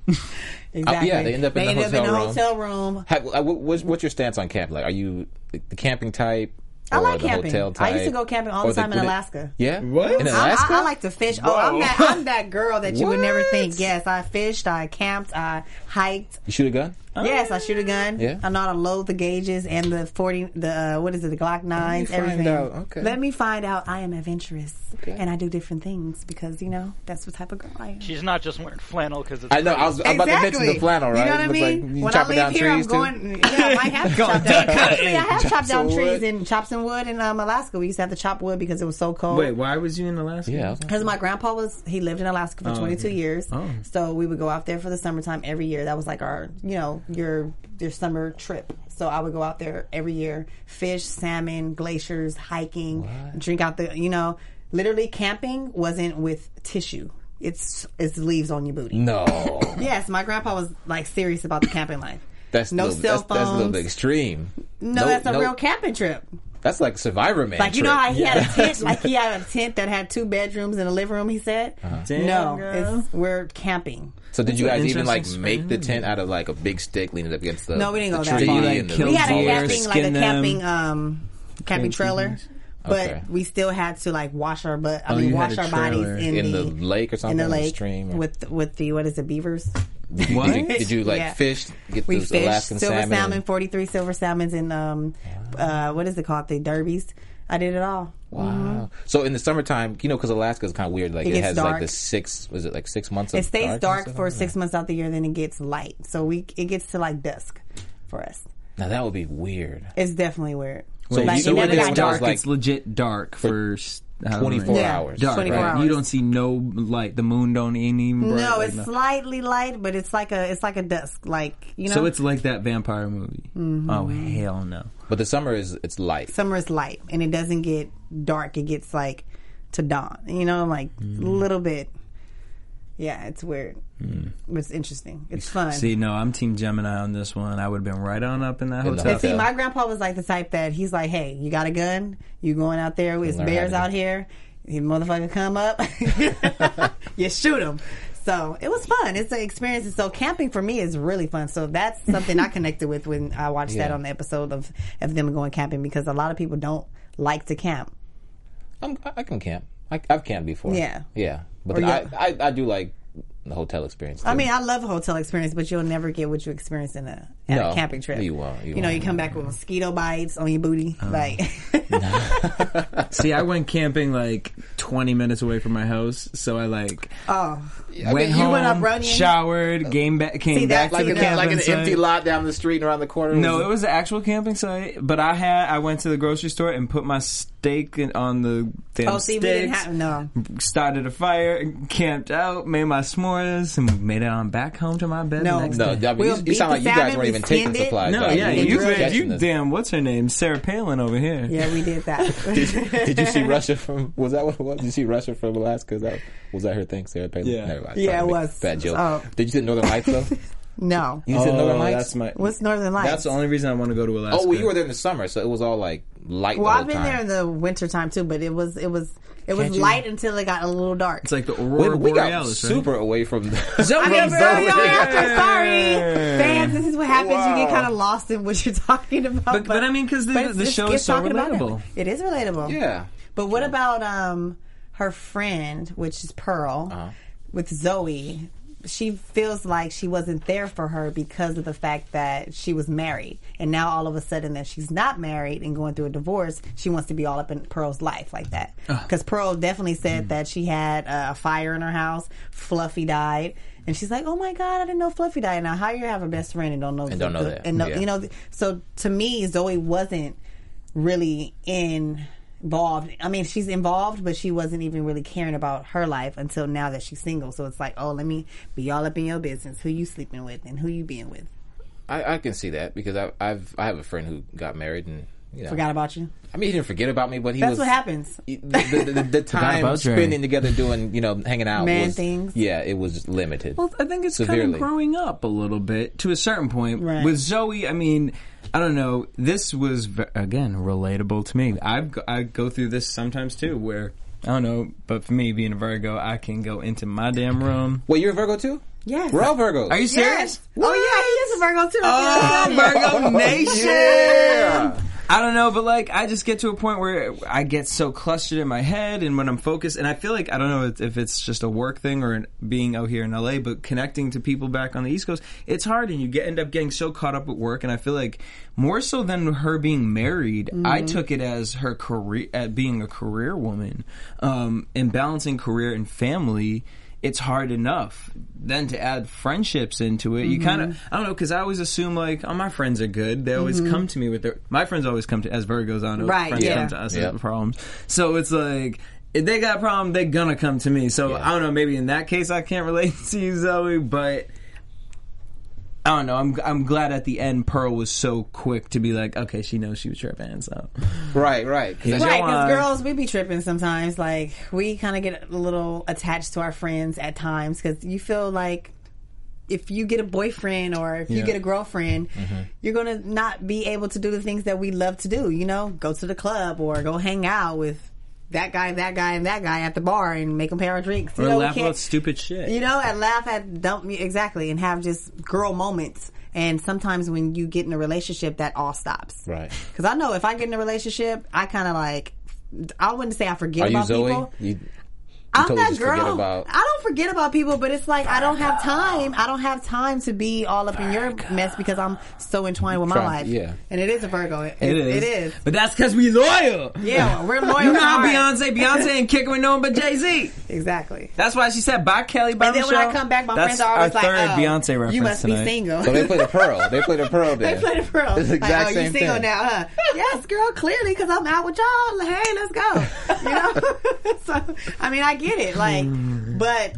[SPEAKER 4] Exactly.
[SPEAKER 2] Oh, yeah, they end up in the
[SPEAKER 4] end
[SPEAKER 2] hotel room.
[SPEAKER 4] hotel room.
[SPEAKER 2] Have, uh, what- what's, what's your stance on camping? Like, are you the camping type?
[SPEAKER 4] I
[SPEAKER 2] or
[SPEAKER 4] like
[SPEAKER 2] the
[SPEAKER 4] camping.
[SPEAKER 2] Hotel
[SPEAKER 4] I
[SPEAKER 2] type,
[SPEAKER 4] used to go camping all
[SPEAKER 2] Or
[SPEAKER 4] the time in
[SPEAKER 2] would it-
[SPEAKER 4] Alaska.
[SPEAKER 2] Yeah,
[SPEAKER 3] What?
[SPEAKER 2] in
[SPEAKER 3] I- I-
[SPEAKER 2] Alaska?
[SPEAKER 4] I, I like to fish. Oh, I'm
[SPEAKER 3] Whoa.
[SPEAKER 4] that, I'm that girl that you would never
[SPEAKER 2] What?
[SPEAKER 4] think. Yes, I fished, I camped, I hiked.
[SPEAKER 2] you shoot a gun?
[SPEAKER 4] Yes, I shoot a gun.
[SPEAKER 2] Oh. Yeah.
[SPEAKER 4] I know how to load the gauges and the forty, the uh, what is it, the Glock nines,
[SPEAKER 2] find
[SPEAKER 4] everything.
[SPEAKER 2] out. Okay.
[SPEAKER 4] Let me find out. I am adventurous,
[SPEAKER 2] Okay.
[SPEAKER 4] and I do different things because you know that's what type of girl I am.
[SPEAKER 5] She's not just wearing flannel because it's.
[SPEAKER 2] I know. I was I'm about to mention the flannel, right?
[SPEAKER 4] You know what I
[SPEAKER 2] It looks
[SPEAKER 4] mean?
[SPEAKER 2] Like you
[SPEAKER 4] when I
[SPEAKER 2] chopping
[SPEAKER 4] leave
[SPEAKER 2] down
[SPEAKER 4] here, I'm
[SPEAKER 2] trees too.
[SPEAKER 4] going. Yeah, I might have to chop down. Actually, I have chopped
[SPEAKER 2] some
[SPEAKER 4] down trees
[SPEAKER 2] wood.
[SPEAKER 4] and chop some wood in um, Alaska. We used to have to chop wood because it was so cold.
[SPEAKER 3] wait why was you in alaska
[SPEAKER 2] Yeah, I was-
[SPEAKER 4] Because my grandpa was, he lived in Alaska for 22 years.
[SPEAKER 3] Oh.
[SPEAKER 4] So we would go out there for the summertime every year. That was like our, you know, your your summer trip. So I would go out there every year, fish, salmon, glaciers, hiking, drink out the, you know, literally camping wasn't with tissue. It's it's leaves on your booty.
[SPEAKER 2] Mm. no,
[SPEAKER 4] Yes, my grandpa was like serious about the camping life.
[SPEAKER 2] that's
[SPEAKER 4] No
[SPEAKER 2] a little,
[SPEAKER 4] cell
[SPEAKER 2] that's, that's a little
[SPEAKER 4] phones.
[SPEAKER 2] bit extreme.
[SPEAKER 4] No, that's a
[SPEAKER 2] no-
[SPEAKER 4] real camping trip.
[SPEAKER 2] That's like Survivor Man.
[SPEAKER 4] Like you know
[SPEAKER 2] trip.
[SPEAKER 4] how he had a tent, like he had a tent that had two bedrooms and a living room. He said,
[SPEAKER 3] Damn,
[SPEAKER 4] "No,
[SPEAKER 3] girl.
[SPEAKER 4] it's, we're camping."
[SPEAKER 2] So did you
[SPEAKER 3] an
[SPEAKER 2] guys even like
[SPEAKER 3] interesting
[SPEAKER 2] make the tent out of like a big stick, leaning it up against the
[SPEAKER 4] No, we didn't
[SPEAKER 2] the
[SPEAKER 4] go that
[SPEAKER 2] tree
[SPEAKER 4] far.
[SPEAKER 3] Like,
[SPEAKER 2] and the-
[SPEAKER 3] kill
[SPEAKER 4] we had
[SPEAKER 3] deer,
[SPEAKER 4] a camping like a
[SPEAKER 3] skin them.
[SPEAKER 4] camping um camping
[SPEAKER 3] Camping
[SPEAKER 4] trailer
[SPEAKER 3] things.
[SPEAKER 4] but
[SPEAKER 2] Okay.
[SPEAKER 4] we still had to like wash our butt i
[SPEAKER 3] Oh,
[SPEAKER 4] mean
[SPEAKER 3] you had
[SPEAKER 4] wash
[SPEAKER 3] a
[SPEAKER 4] our bodies
[SPEAKER 3] trailer.
[SPEAKER 4] in,
[SPEAKER 2] in the
[SPEAKER 4] the,
[SPEAKER 2] lake or something,
[SPEAKER 4] in the
[SPEAKER 2] or
[SPEAKER 4] lake
[SPEAKER 2] stream. Or,
[SPEAKER 4] with with the what is it beavers
[SPEAKER 2] did, you,
[SPEAKER 3] what?
[SPEAKER 2] did you like
[SPEAKER 4] Yeah.
[SPEAKER 2] fish? Get
[SPEAKER 4] we
[SPEAKER 2] those
[SPEAKER 4] fished
[SPEAKER 2] Alaskan
[SPEAKER 4] silver
[SPEAKER 2] salmon.
[SPEAKER 4] salmon, 43 silver salmons and um uh what is it called the derbies i did it all
[SPEAKER 2] Wow. So in the summertime, you know, because Alaska is kind of weird. Like
[SPEAKER 4] It
[SPEAKER 2] it,
[SPEAKER 4] gets
[SPEAKER 2] has like
[SPEAKER 4] dark.
[SPEAKER 2] the six. Was it like six months?
[SPEAKER 4] it
[SPEAKER 2] of
[SPEAKER 4] stays
[SPEAKER 2] and
[SPEAKER 4] dark
[SPEAKER 2] stuff?
[SPEAKER 4] for six months out the year then it gets light so we it gets to like dusk for us
[SPEAKER 2] Now that would be weird.
[SPEAKER 4] it's definitely weird
[SPEAKER 2] So
[SPEAKER 4] Like,
[SPEAKER 2] you-
[SPEAKER 4] it
[SPEAKER 2] so
[SPEAKER 4] never
[SPEAKER 2] it is
[SPEAKER 4] got
[SPEAKER 2] when I was
[SPEAKER 3] dark
[SPEAKER 2] like-
[SPEAKER 3] it's legit dark for, s- however many-
[SPEAKER 2] 24
[SPEAKER 4] Yeah.
[SPEAKER 2] hours.
[SPEAKER 3] Dark,
[SPEAKER 4] 24
[SPEAKER 3] right?
[SPEAKER 4] hours.
[SPEAKER 3] You don't see no light. The moon don't ain't even bright.
[SPEAKER 4] No,
[SPEAKER 3] like
[SPEAKER 4] it's
[SPEAKER 3] no-
[SPEAKER 4] slightly light, but it's like a it's like a dusk, like you know.
[SPEAKER 3] so it's like that vampire movie.
[SPEAKER 4] Mm-hmm.
[SPEAKER 3] Oh hell no!
[SPEAKER 2] But the summer is it's light.
[SPEAKER 4] summer is light, and it doesn't get dark. It gets like to dawn, you know, like a
[SPEAKER 3] Mm-hmm.
[SPEAKER 4] little bit. Yeah, it's weird. But It's interesting. It's fun.
[SPEAKER 3] Mm. See, no, I'm Team Gemini on this one. I would have been right on up in that
[SPEAKER 2] In the
[SPEAKER 3] hotel.
[SPEAKER 4] And see,
[SPEAKER 2] Yeah.
[SPEAKER 4] my grandpa was like the type that he's like, "Hey, you got a gun? You going out there? It's
[SPEAKER 2] Learn how
[SPEAKER 4] bears
[SPEAKER 2] to-
[SPEAKER 4] out here. You motherfucker, come up, you shoot them." So it was fun. It's an experience. And so camping for me is really fun. So that's something I connected with when I watched that
[SPEAKER 2] Yeah.
[SPEAKER 4] on the episode of of them going camping because a lot of people don't like to camp.
[SPEAKER 2] I'm, I I can camp. I, I've camped before.
[SPEAKER 4] Yeah.
[SPEAKER 2] Yeah. But
[SPEAKER 4] Or
[SPEAKER 2] then
[SPEAKER 4] you-
[SPEAKER 2] I, I, I do like the hotel experience.
[SPEAKER 4] I
[SPEAKER 2] too.
[SPEAKER 4] mean, I love a hotel experience, but you'll never get what you experience in a, at
[SPEAKER 2] No,
[SPEAKER 4] a camping trip.
[SPEAKER 2] you won't, you
[SPEAKER 4] know,
[SPEAKER 2] won't. Oh.
[SPEAKER 4] you come back with mosquito bites on your booty. Like,
[SPEAKER 3] See, I went camping like 20 minutes away from my house, so I like
[SPEAKER 4] oh,
[SPEAKER 3] went
[SPEAKER 4] you
[SPEAKER 3] home,
[SPEAKER 4] went up running?
[SPEAKER 3] showered, game ba- came
[SPEAKER 4] See,
[SPEAKER 3] back
[SPEAKER 4] that's
[SPEAKER 3] to
[SPEAKER 4] like
[SPEAKER 3] the
[SPEAKER 4] an-
[SPEAKER 3] camping
[SPEAKER 2] like an
[SPEAKER 3] site.
[SPEAKER 2] empty lot down the street and around the corner.
[SPEAKER 3] No, it was an actual camping site, but I had I went to the grocery store and put my steak in, on the damn
[SPEAKER 4] oh, see, we
[SPEAKER 3] sticks.
[SPEAKER 4] didn't have no.
[SPEAKER 3] started a fire, camped out, made my s'mores, and made it on back home to my bed.
[SPEAKER 4] No.
[SPEAKER 3] the next
[SPEAKER 2] No,
[SPEAKER 3] day.
[SPEAKER 2] I mean,
[SPEAKER 4] We'll
[SPEAKER 2] you, you
[SPEAKER 4] beat
[SPEAKER 2] sound like
[SPEAKER 4] the
[SPEAKER 2] you guys
[SPEAKER 4] famine,
[SPEAKER 2] weren't
[SPEAKER 4] we
[SPEAKER 2] even taking
[SPEAKER 4] skinned it.
[SPEAKER 2] supplies.
[SPEAKER 3] No,
[SPEAKER 2] out.
[SPEAKER 3] yeah,
[SPEAKER 2] were
[SPEAKER 3] you,
[SPEAKER 4] drove.
[SPEAKER 2] catching
[SPEAKER 3] you
[SPEAKER 2] this.
[SPEAKER 3] damn, what's her name? Sarah Palin over here.
[SPEAKER 4] Yeah, we did that.
[SPEAKER 2] Did you see Russia from? Was that what it was? Did you see Russia from Alaska? Is that was that her thing? Sarah Palin.
[SPEAKER 3] Yeah.
[SPEAKER 2] Never mind.
[SPEAKER 4] Yeah,
[SPEAKER 2] Sorry,
[SPEAKER 4] it
[SPEAKER 2] big
[SPEAKER 4] was.
[SPEAKER 2] Bad joke.
[SPEAKER 4] Oh.
[SPEAKER 2] Did you see Northern Lights though?
[SPEAKER 4] no.
[SPEAKER 2] You see Northern Lights.
[SPEAKER 3] Oh, my.
[SPEAKER 4] What's Northern Lights?
[SPEAKER 3] That's the only reason I want to go to Alaska.
[SPEAKER 2] oh, well, you were there in the summer, so it was all like light.
[SPEAKER 4] Well,
[SPEAKER 2] the whole
[SPEAKER 4] I've been
[SPEAKER 2] time.
[SPEAKER 4] there in the winter time too, but it was it was it was
[SPEAKER 3] Can't you-
[SPEAKER 4] light until it got a little dark.
[SPEAKER 3] It's like the
[SPEAKER 2] We,
[SPEAKER 3] Aurora
[SPEAKER 2] we got
[SPEAKER 3] Borealis, right?
[SPEAKER 2] super away from. The,
[SPEAKER 3] Zone
[SPEAKER 4] I mean,
[SPEAKER 3] room,
[SPEAKER 4] bro,
[SPEAKER 3] zone
[SPEAKER 4] y'all,
[SPEAKER 3] room.
[SPEAKER 4] I'm sorry, fans. This is what happens. You get
[SPEAKER 2] Wow.
[SPEAKER 4] kind of lost in what you're talking about.
[SPEAKER 3] But- but I mean, 'cause the-
[SPEAKER 4] but it's-
[SPEAKER 3] the
[SPEAKER 4] it's-
[SPEAKER 3] show
[SPEAKER 4] it's
[SPEAKER 3] is so
[SPEAKER 4] talking about it.
[SPEAKER 3] relatable.
[SPEAKER 4] It is relatable.
[SPEAKER 2] yeah.
[SPEAKER 4] But what about um her friend, which is Pearl,
[SPEAKER 2] Uh-huh.
[SPEAKER 4] with Zoe? She feels like she wasn't there for her because of the fact that she was married, and now all of a sudden that she's not married and going through a divorce, she wants to be all up in Pearl's life like that.
[SPEAKER 2] Uh.
[SPEAKER 4] Because Pearl definitely
[SPEAKER 2] Hmm.
[SPEAKER 4] said that she had uh, a fire in her house. Fluffy died, and she's like, "Oh my god, I didn't know Fluffy died." Now, how you have a best friend and don't know
[SPEAKER 2] And don't know that.
[SPEAKER 4] and no-
[SPEAKER 2] Yeah.
[SPEAKER 4] you know, so to me, Zoe wasn't really involved. I mean, she's involved, but she wasn't even really caring about her life until now that she's single. So it's like, oh, let me be all up in your business. Who you sleeping with and who you being with?
[SPEAKER 2] I, I can see that because I, I've I have a friend who got married and you know
[SPEAKER 4] Forgot about you.
[SPEAKER 2] I mean he didn't forget about me, but he
[SPEAKER 4] That's
[SPEAKER 2] was
[SPEAKER 4] what happens.
[SPEAKER 2] The, the, the, the time
[SPEAKER 3] about you.
[SPEAKER 2] spending together doing you know hanging out
[SPEAKER 4] Man
[SPEAKER 2] was,
[SPEAKER 4] things.
[SPEAKER 2] Yeah, it was limited.
[SPEAKER 3] Well, I think it's kind
[SPEAKER 2] Severely.
[SPEAKER 3] of growing up a little bit to a certain point.
[SPEAKER 4] Right.
[SPEAKER 3] With Zoe, I mean, I don't know. This was v- again relatable to me. I've g- I go through this sometimes too, where I don't know, but for me being a Virgo, I can go into my damn room.
[SPEAKER 2] Wait, you're a Virgo too?
[SPEAKER 4] Yes.
[SPEAKER 2] We're all Virgos.
[SPEAKER 3] Are you serious?
[SPEAKER 4] Yes. Oh yeah, he is a Virgo too.
[SPEAKER 3] Oh, Virgo Nation!
[SPEAKER 2] Yeah.
[SPEAKER 3] I don't know, but like, I just get to a point where I get so clustered in my head and when I'm focused, and I feel like, I don't know if- if it's just a work thing or an- being out here in LA, but connecting to people back on the East Coast, it's hard and you get, end up getting so caught up with work. And I feel like more so than her being married, I took it as her career, at being a career woman, um, and balancing career and family it's hard enough. Then to add friendships into it, you kind of
[SPEAKER 4] Mm-hmm.
[SPEAKER 3] I don't know because I always assume like, oh, my friends are good. They always come to me with their my friends always come to as Virgos on
[SPEAKER 4] Right,
[SPEAKER 3] friends
[SPEAKER 4] yeah.
[SPEAKER 3] come to us
[SPEAKER 2] Yeah.
[SPEAKER 3] with problems. So it's like. If they got a problem, they're gonna come to me. So I don't know. Maybe in that case, I can't relate to you, Zoe. But I don't know. I'm I'm glad at the end, Pearl was so quick to be like, okay, she knows she was tripping. So
[SPEAKER 2] Right, right. 'Cause that's-
[SPEAKER 4] Right,
[SPEAKER 3] Joanne.
[SPEAKER 4] because girls, we be tripping sometimes. Like, we kind of get a little attached to our friends at times because you feel like if you get a boyfriend or if you
[SPEAKER 3] Yeah. Mm-hmm.
[SPEAKER 4] get a girlfriend, you're going to not be able to do the things that we love to do, you know, go to the club or go hang out with that guy, that guy, and that guy at the bar and make them pay our drinks. You
[SPEAKER 3] or
[SPEAKER 4] know, we
[SPEAKER 3] laugh
[SPEAKER 4] can't-
[SPEAKER 3] about stupid shit.
[SPEAKER 4] you know, and laugh at don't exactly, and have just girl moments. And sometimes when you get in a relationship, that all stops.
[SPEAKER 2] Right.
[SPEAKER 4] Because I know if I get in a relationship, I kind of like I wouldn't say I forget
[SPEAKER 2] Are you
[SPEAKER 4] about
[SPEAKER 2] Zoe?
[SPEAKER 4] people.
[SPEAKER 2] You,
[SPEAKER 4] I'm
[SPEAKER 2] totally
[SPEAKER 4] that
[SPEAKER 2] just
[SPEAKER 4] girl.
[SPEAKER 2] forget about.
[SPEAKER 4] I don't forget about people, but it's like I don't have time. I don't have time to be all up in your mess because I'm so entwined with my
[SPEAKER 2] Trying-
[SPEAKER 4] life.
[SPEAKER 2] yeah.
[SPEAKER 4] and it is a Virgo. It,
[SPEAKER 3] It is.
[SPEAKER 4] It is.
[SPEAKER 3] But that's because we loyal.
[SPEAKER 4] Oh, Yeah, we're loyal.
[SPEAKER 3] You know
[SPEAKER 4] at
[SPEAKER 3] how
[SPEAKER 4] heart.
[SPEAKER 3] Beyonce, Beyonce ain't kicking with no one but Jay Z.
[SPEAKER 4] Exactly.
[SPEAKER 3] That's why she said bye Kelly, bye
[SPEAKER 4] And then when I
[SPEAKER 3] Michelle."
[SPEAKER 4] come back, my
[SPEAKER 3] That's
[SPEAKER 4] friends are always
[SPEAKER 3] our
[SPEAKER 4] like,
[SPEAKER 3] third
[SPEAKER 4] oh,
[SPEAKER 3] Beyonce reference
[SPEAKER 4] You must
[SPEAKER 3] tonight.
[SPEAKER 4] be single.
[SPEAKER 2] So they played a pearl. They played a pearl there.
[SPEAKER 4] They played a pearl.
[SPEAKER 2] It's the exact
[SPEAKER 4] like, oh,
[SPEAKER 2] same
[SPEAKER 4] you single
[SPEAKER 2] thing.
[SPEAKER 4] now, huh? yes, girl, clearly, because I'm out with y'all. Like, hey, let's go. You know? so, I mean, I get it. Like,
[SPEAKER 2] Mm.
[SPEAKER 4] but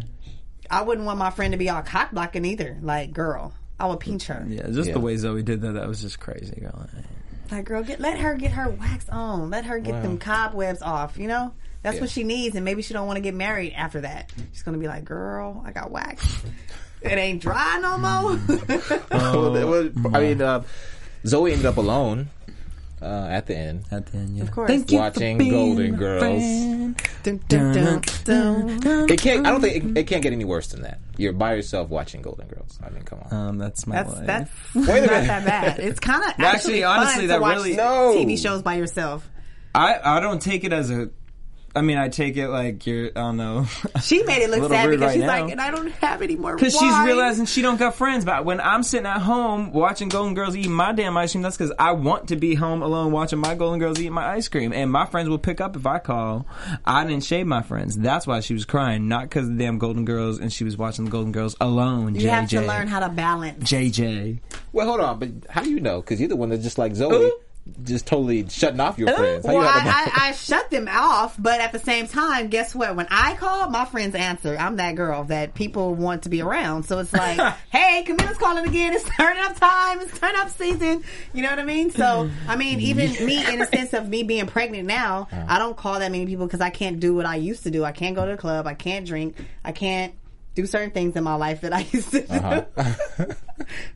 [SPEAKER 4] I wouldn't want my friend to be all cock blocking either. Like, girl, I would pinch her.
[SPEAKER 3] Yeah, just
[SPEAKER 2] Yeah.
[SPEAKER 3] the way Zoe did that, that was just crazy, girl.
[SPEAKER 4] Like, girl, get let her get her wax on. Let her get them cobwebs off, you know? That's what she needs, and maybe she don't want to get married after that. She's gonna be like, "Girl, I got wax. It ain't dry no more."
[SPEAKER 2] Well, it was-
[SPEAKER 4] Oh,
[SPEAKER 2] I mean, uh, Zoe ended up alone uh, at the end,
[SPEAKER 3] At the end, yeah.
[SPEAKER 4] course.
[SPEAKER 3] Thank you for
[SPEAKER 2] watching
[SPEAKER 3] being
[SPEAKER 2] Golden
[SPEAKER 3] my
[SPEAKER 2] Girls.
[SPEAKER 3] friend.
[SPEAKER 4] Dun, dun, dun, dun.
[SPEAKER 2] It can't. I don't think it, it can't get any worse than that. You're by yourself watching Golden Girls. I mean, come on.
[SPEAKER 3] Um, that's my
[SPEAKER 4] That's
[SPEAKER 3] life.
[SPEAKER 4] that's
[SPEAKER 2] Wait a
[SPEAKER 4] not
[SPEAKER 2] minute.
[SPEAKER 4] that bad. It's kind of actually,
[SPEAKER 3] Actually, honestly,
[SPEAKER 4] fun
[SPEAKER 3] that
[SPEAKER 4] to watch
[SPEAKER 3] really-
[SPEAKER 2] No.
[SPEAKER 4] TV shows by yourself.
[SPEAKER 3] I I don't take it as a. I mean, I take it like you're. I don't know.
[SPEAKER 4] She made it look
[SPEAKER 3] Little
[SPEAKER 4] sad
[SPEAKER 3] rude
[SPEAKER 4] because
[SPEAKER 3] right
[SPEAKER 4] she's
[SPEAKER 3] now.
[SPEAKER 4] like, and I don't have any more.
[SPEAKER 3] Because she's
[SPEAKER 4] wine."
[SPEAKER 3] realizing she don't got friends. But when I'm sitting at home watching Golden Girls eating my damn ice cream, that's because I want to be home alone watching my Golden Girls eat my ice cream. And my friends will pick up if I call. I didn't shave my friends. That's why she was crying, not because of the damn Golden Girls and she was watching the Golden Girls alone.
[SPEAKER 4] you
[SPEAKER 3] JJ.
[SPEAKER 4] have to learn how to balance.
[SPEAKER 3] JJ.
[SPEAKER 2] well, hold on. But how do you know? Because you're the one that's just like Zoe,
[SPEAKER 3] Ooh.
[SPEAKER 2] just totally shutting off your friends. How
[SPEAKER 4] Well,
[SPEAKER 2] you have
[SPEAKER 4] I, I, I shut them off, but at the same time, guess what? When I call, my friends answer. I'm that girl that people want to be around. So it's like, hey, Camila's calling again. It's turn up time. It's turn up season. You know what I mean? So, I mean, even me, in a sense of me being pregnant now,
[SPEAKER 2] Uh-huh.
[SPEAKER 4] I don't call that many people because I can't do what I used to do. I can't go to the club. I can't drink. I can't do certain things in my life that I used to do
[SPEAKER 2] Uh-huh.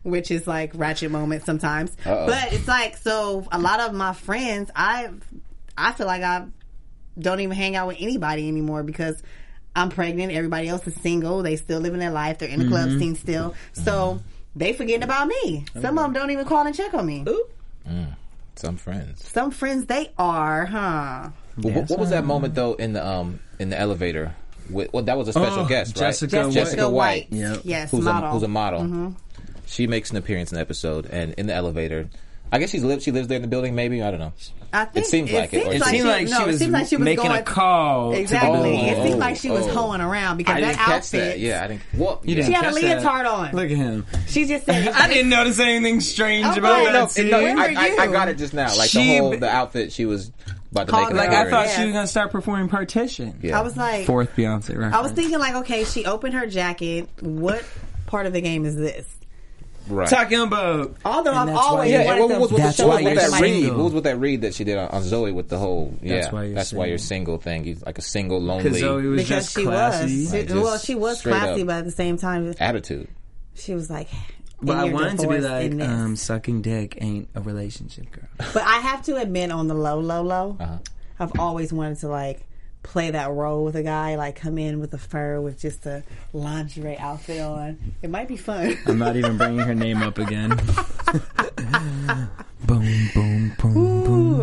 [SPEAKER 4] which is like ratchet moments sometimes.
[SPEAKER 2] Uh-oh.
[SPEAKER 4] But it's like so a lot of my friends, I I feel like I don't even hang out with anybody anymore because I'm pregnant. Everybody else is single. They still living their life. They're in the
[SPEAKER 2] Mm-hmm.
[SPEAKER 4] club scene still. So they forgetting about me. Some of them don't even call and check on me.
[SPEAKER 2] some friends.
[SPEAKER 4] Some friends they are, huh?
[SPEAKER 2] Well, what, what was that moment though in the um in the elevator? With, well, that was a special
[SPEAKER 3] Oh,
[SPEAKER 2] guest, right?
[SPEAKER 3] Jessica White. Jessica
[SPEAKER 2] White,
[SPEAKER 3] Yep.
[SPEAKER 4] Yes,
[SPEAKER 2] who's
[SPEAKER 4] model. Mm-hmm.
[SPEAKER 2] a who's a model. She makes an appearance in the episode and in the elevator. I guess she's lived. She lives there in the building. Maybe I don't know.
[SPEAKER 4] I think
[SPEAKER 2] seems like it, or
[SPEAKER 3] It
[SPEAKER 2] Like
[SPEAKER 3] seemed
[SPEAKER 4] she-
[SPEAKER 3] like
[SPEAKER 4] no,
[SPEAKER 3] she
[SPEAKER 4] it
[SPEAKER 3] was
[SPEAKER 4] seemed like she was
[SPEAKER 3] making
[SPEAKER 4] going-
[SPEAKER 3] a call. to
[SPEAKER 4] Exactly.
[SPEAKER 3] the-
[SPEAKER 4] it
[SPEAKER 2] Oh,
[SPEAKER 4] seemed like she was
[SPEAKER 2] oh.
[SPEAKER 4] hoeing around because
[SPEAKER 2] I
[SPEAKER 4] that
[SPEAKER 2] didn't catch
[SPEAKER 4] outfit.
[SPEAKER 2] that. Yeah, I didn't. Well,
[SPEAKER 3] You
[SPEAKER 2] yeah.
[SPEAKER 3] didn't
[SPEAKER 4] She had a
[SPEAKER 3] catch that.
[SPEAKER 4] leotard on.
[SPEAKER 3] Look at him.
[SPEAKER 4] She just said,
[SPEAKER 3] I didn't notice anything strange
[SPEAKER 4] I'm
[SPEAKER 3] about that.
[SPEAKER 4] like, no,
[SPEAKER 3] scene.
[SPEAKER 2] No,
[SPEAKER 4] Where
[SPEAKER 2] I,
[SPEAKER 4] were
[SPEAKER 2] I, I
[SPEAKER 4] you?
[SPEAKER 2] got it just now. Like the
[SPEAKER 3] She-
[SPEAKER 2] whole the outfit she was about to
[SPEAKER 4] Called
[SPEAKER 2] make. An
[SPEAKER 4] her.
[SPEAKER 3] Like I thought
[SPEAKER 2] appearance.
[SPEAKER 3] she was gonna start performing partition.
[SPEAKER 2] Yeah.
[SPEAKER 4] I was like,
[SPEAKER 3] Fourth Beyonce record.
[SPEAKER 4] I was thinking like, okay, she opened her jacket. What part of the game is this?
[SPEAKER 2] right.
[SPEAKER 3] talking about
[SPEAKER 4] Although I've
[SPEAKER 3] that's why
[SPEAKER 4] always
[SPEAKER 3] you-
[SPEAKER 2] Yeah,
[SPEAKER 4] wanted
[SPEAKER 2] and what,
[SPEAKER 4] them.
[SPEAKER 2] what was with
[SPEAKER 3] That's
[SPEAKER 2] the show?
[SPEAKER 3] why
[SPEAKER 2] What was
[SPEAKER 3] you're
[SPEAKER 2] with that read?
[SPEAKER 3] single.
[SPEAKER 2] What was with that read that she did on, on Zoe with the whole? Yeah,
[SPEAKER 3] why you're
[SPEAKER 2] that's why you're single thing. He's like a single, lonely
[SPEAKER 3] Zoe was
[SPEAKER 4] because
[SPEAKER 3] just
[SPEAKER 4] she
[SPEAKER 3] classy.
[SPEAKER 4] was,
[SPEAKER 2] Like,
[SPEAKER 4] she, well,
[SPEAKER 2] just
[SPEAKER 4] she was
[SPEAKER 2] straight
[SPEAKER 4] classy,
[SPEAKER 2] up.
[SPEAKER 4] but at the same time,
[SPEAKER 2] attitude.
[SPEAKER 4] she was like.
[SPEAKER 3] But
[SPEAKER 4] and
[SPEAKER 3] I
[SPEAKER 4] you're
[SPEAKER 3] wanted to be
[SPEAKER 4] divorced
[SPEAKER 3] like,
[SPEAKER 4] and this.
[SPEAKER 3] um, sucking dick ain't a relationship, girl.
[SPEAKER 4] but I have to admit, on the low, low, low,
[SPEAKER 3] Uh-huh.
[SPEAKER 2] Uh-huh.
[SPEAKER 4] I've always wanted to like play that role with a guy, like come in with a fur with just a lingerie outfit on. It might be fun.
[SPEAKER 3] I'm not even bringing her name up again. boom, boom, boom, boom.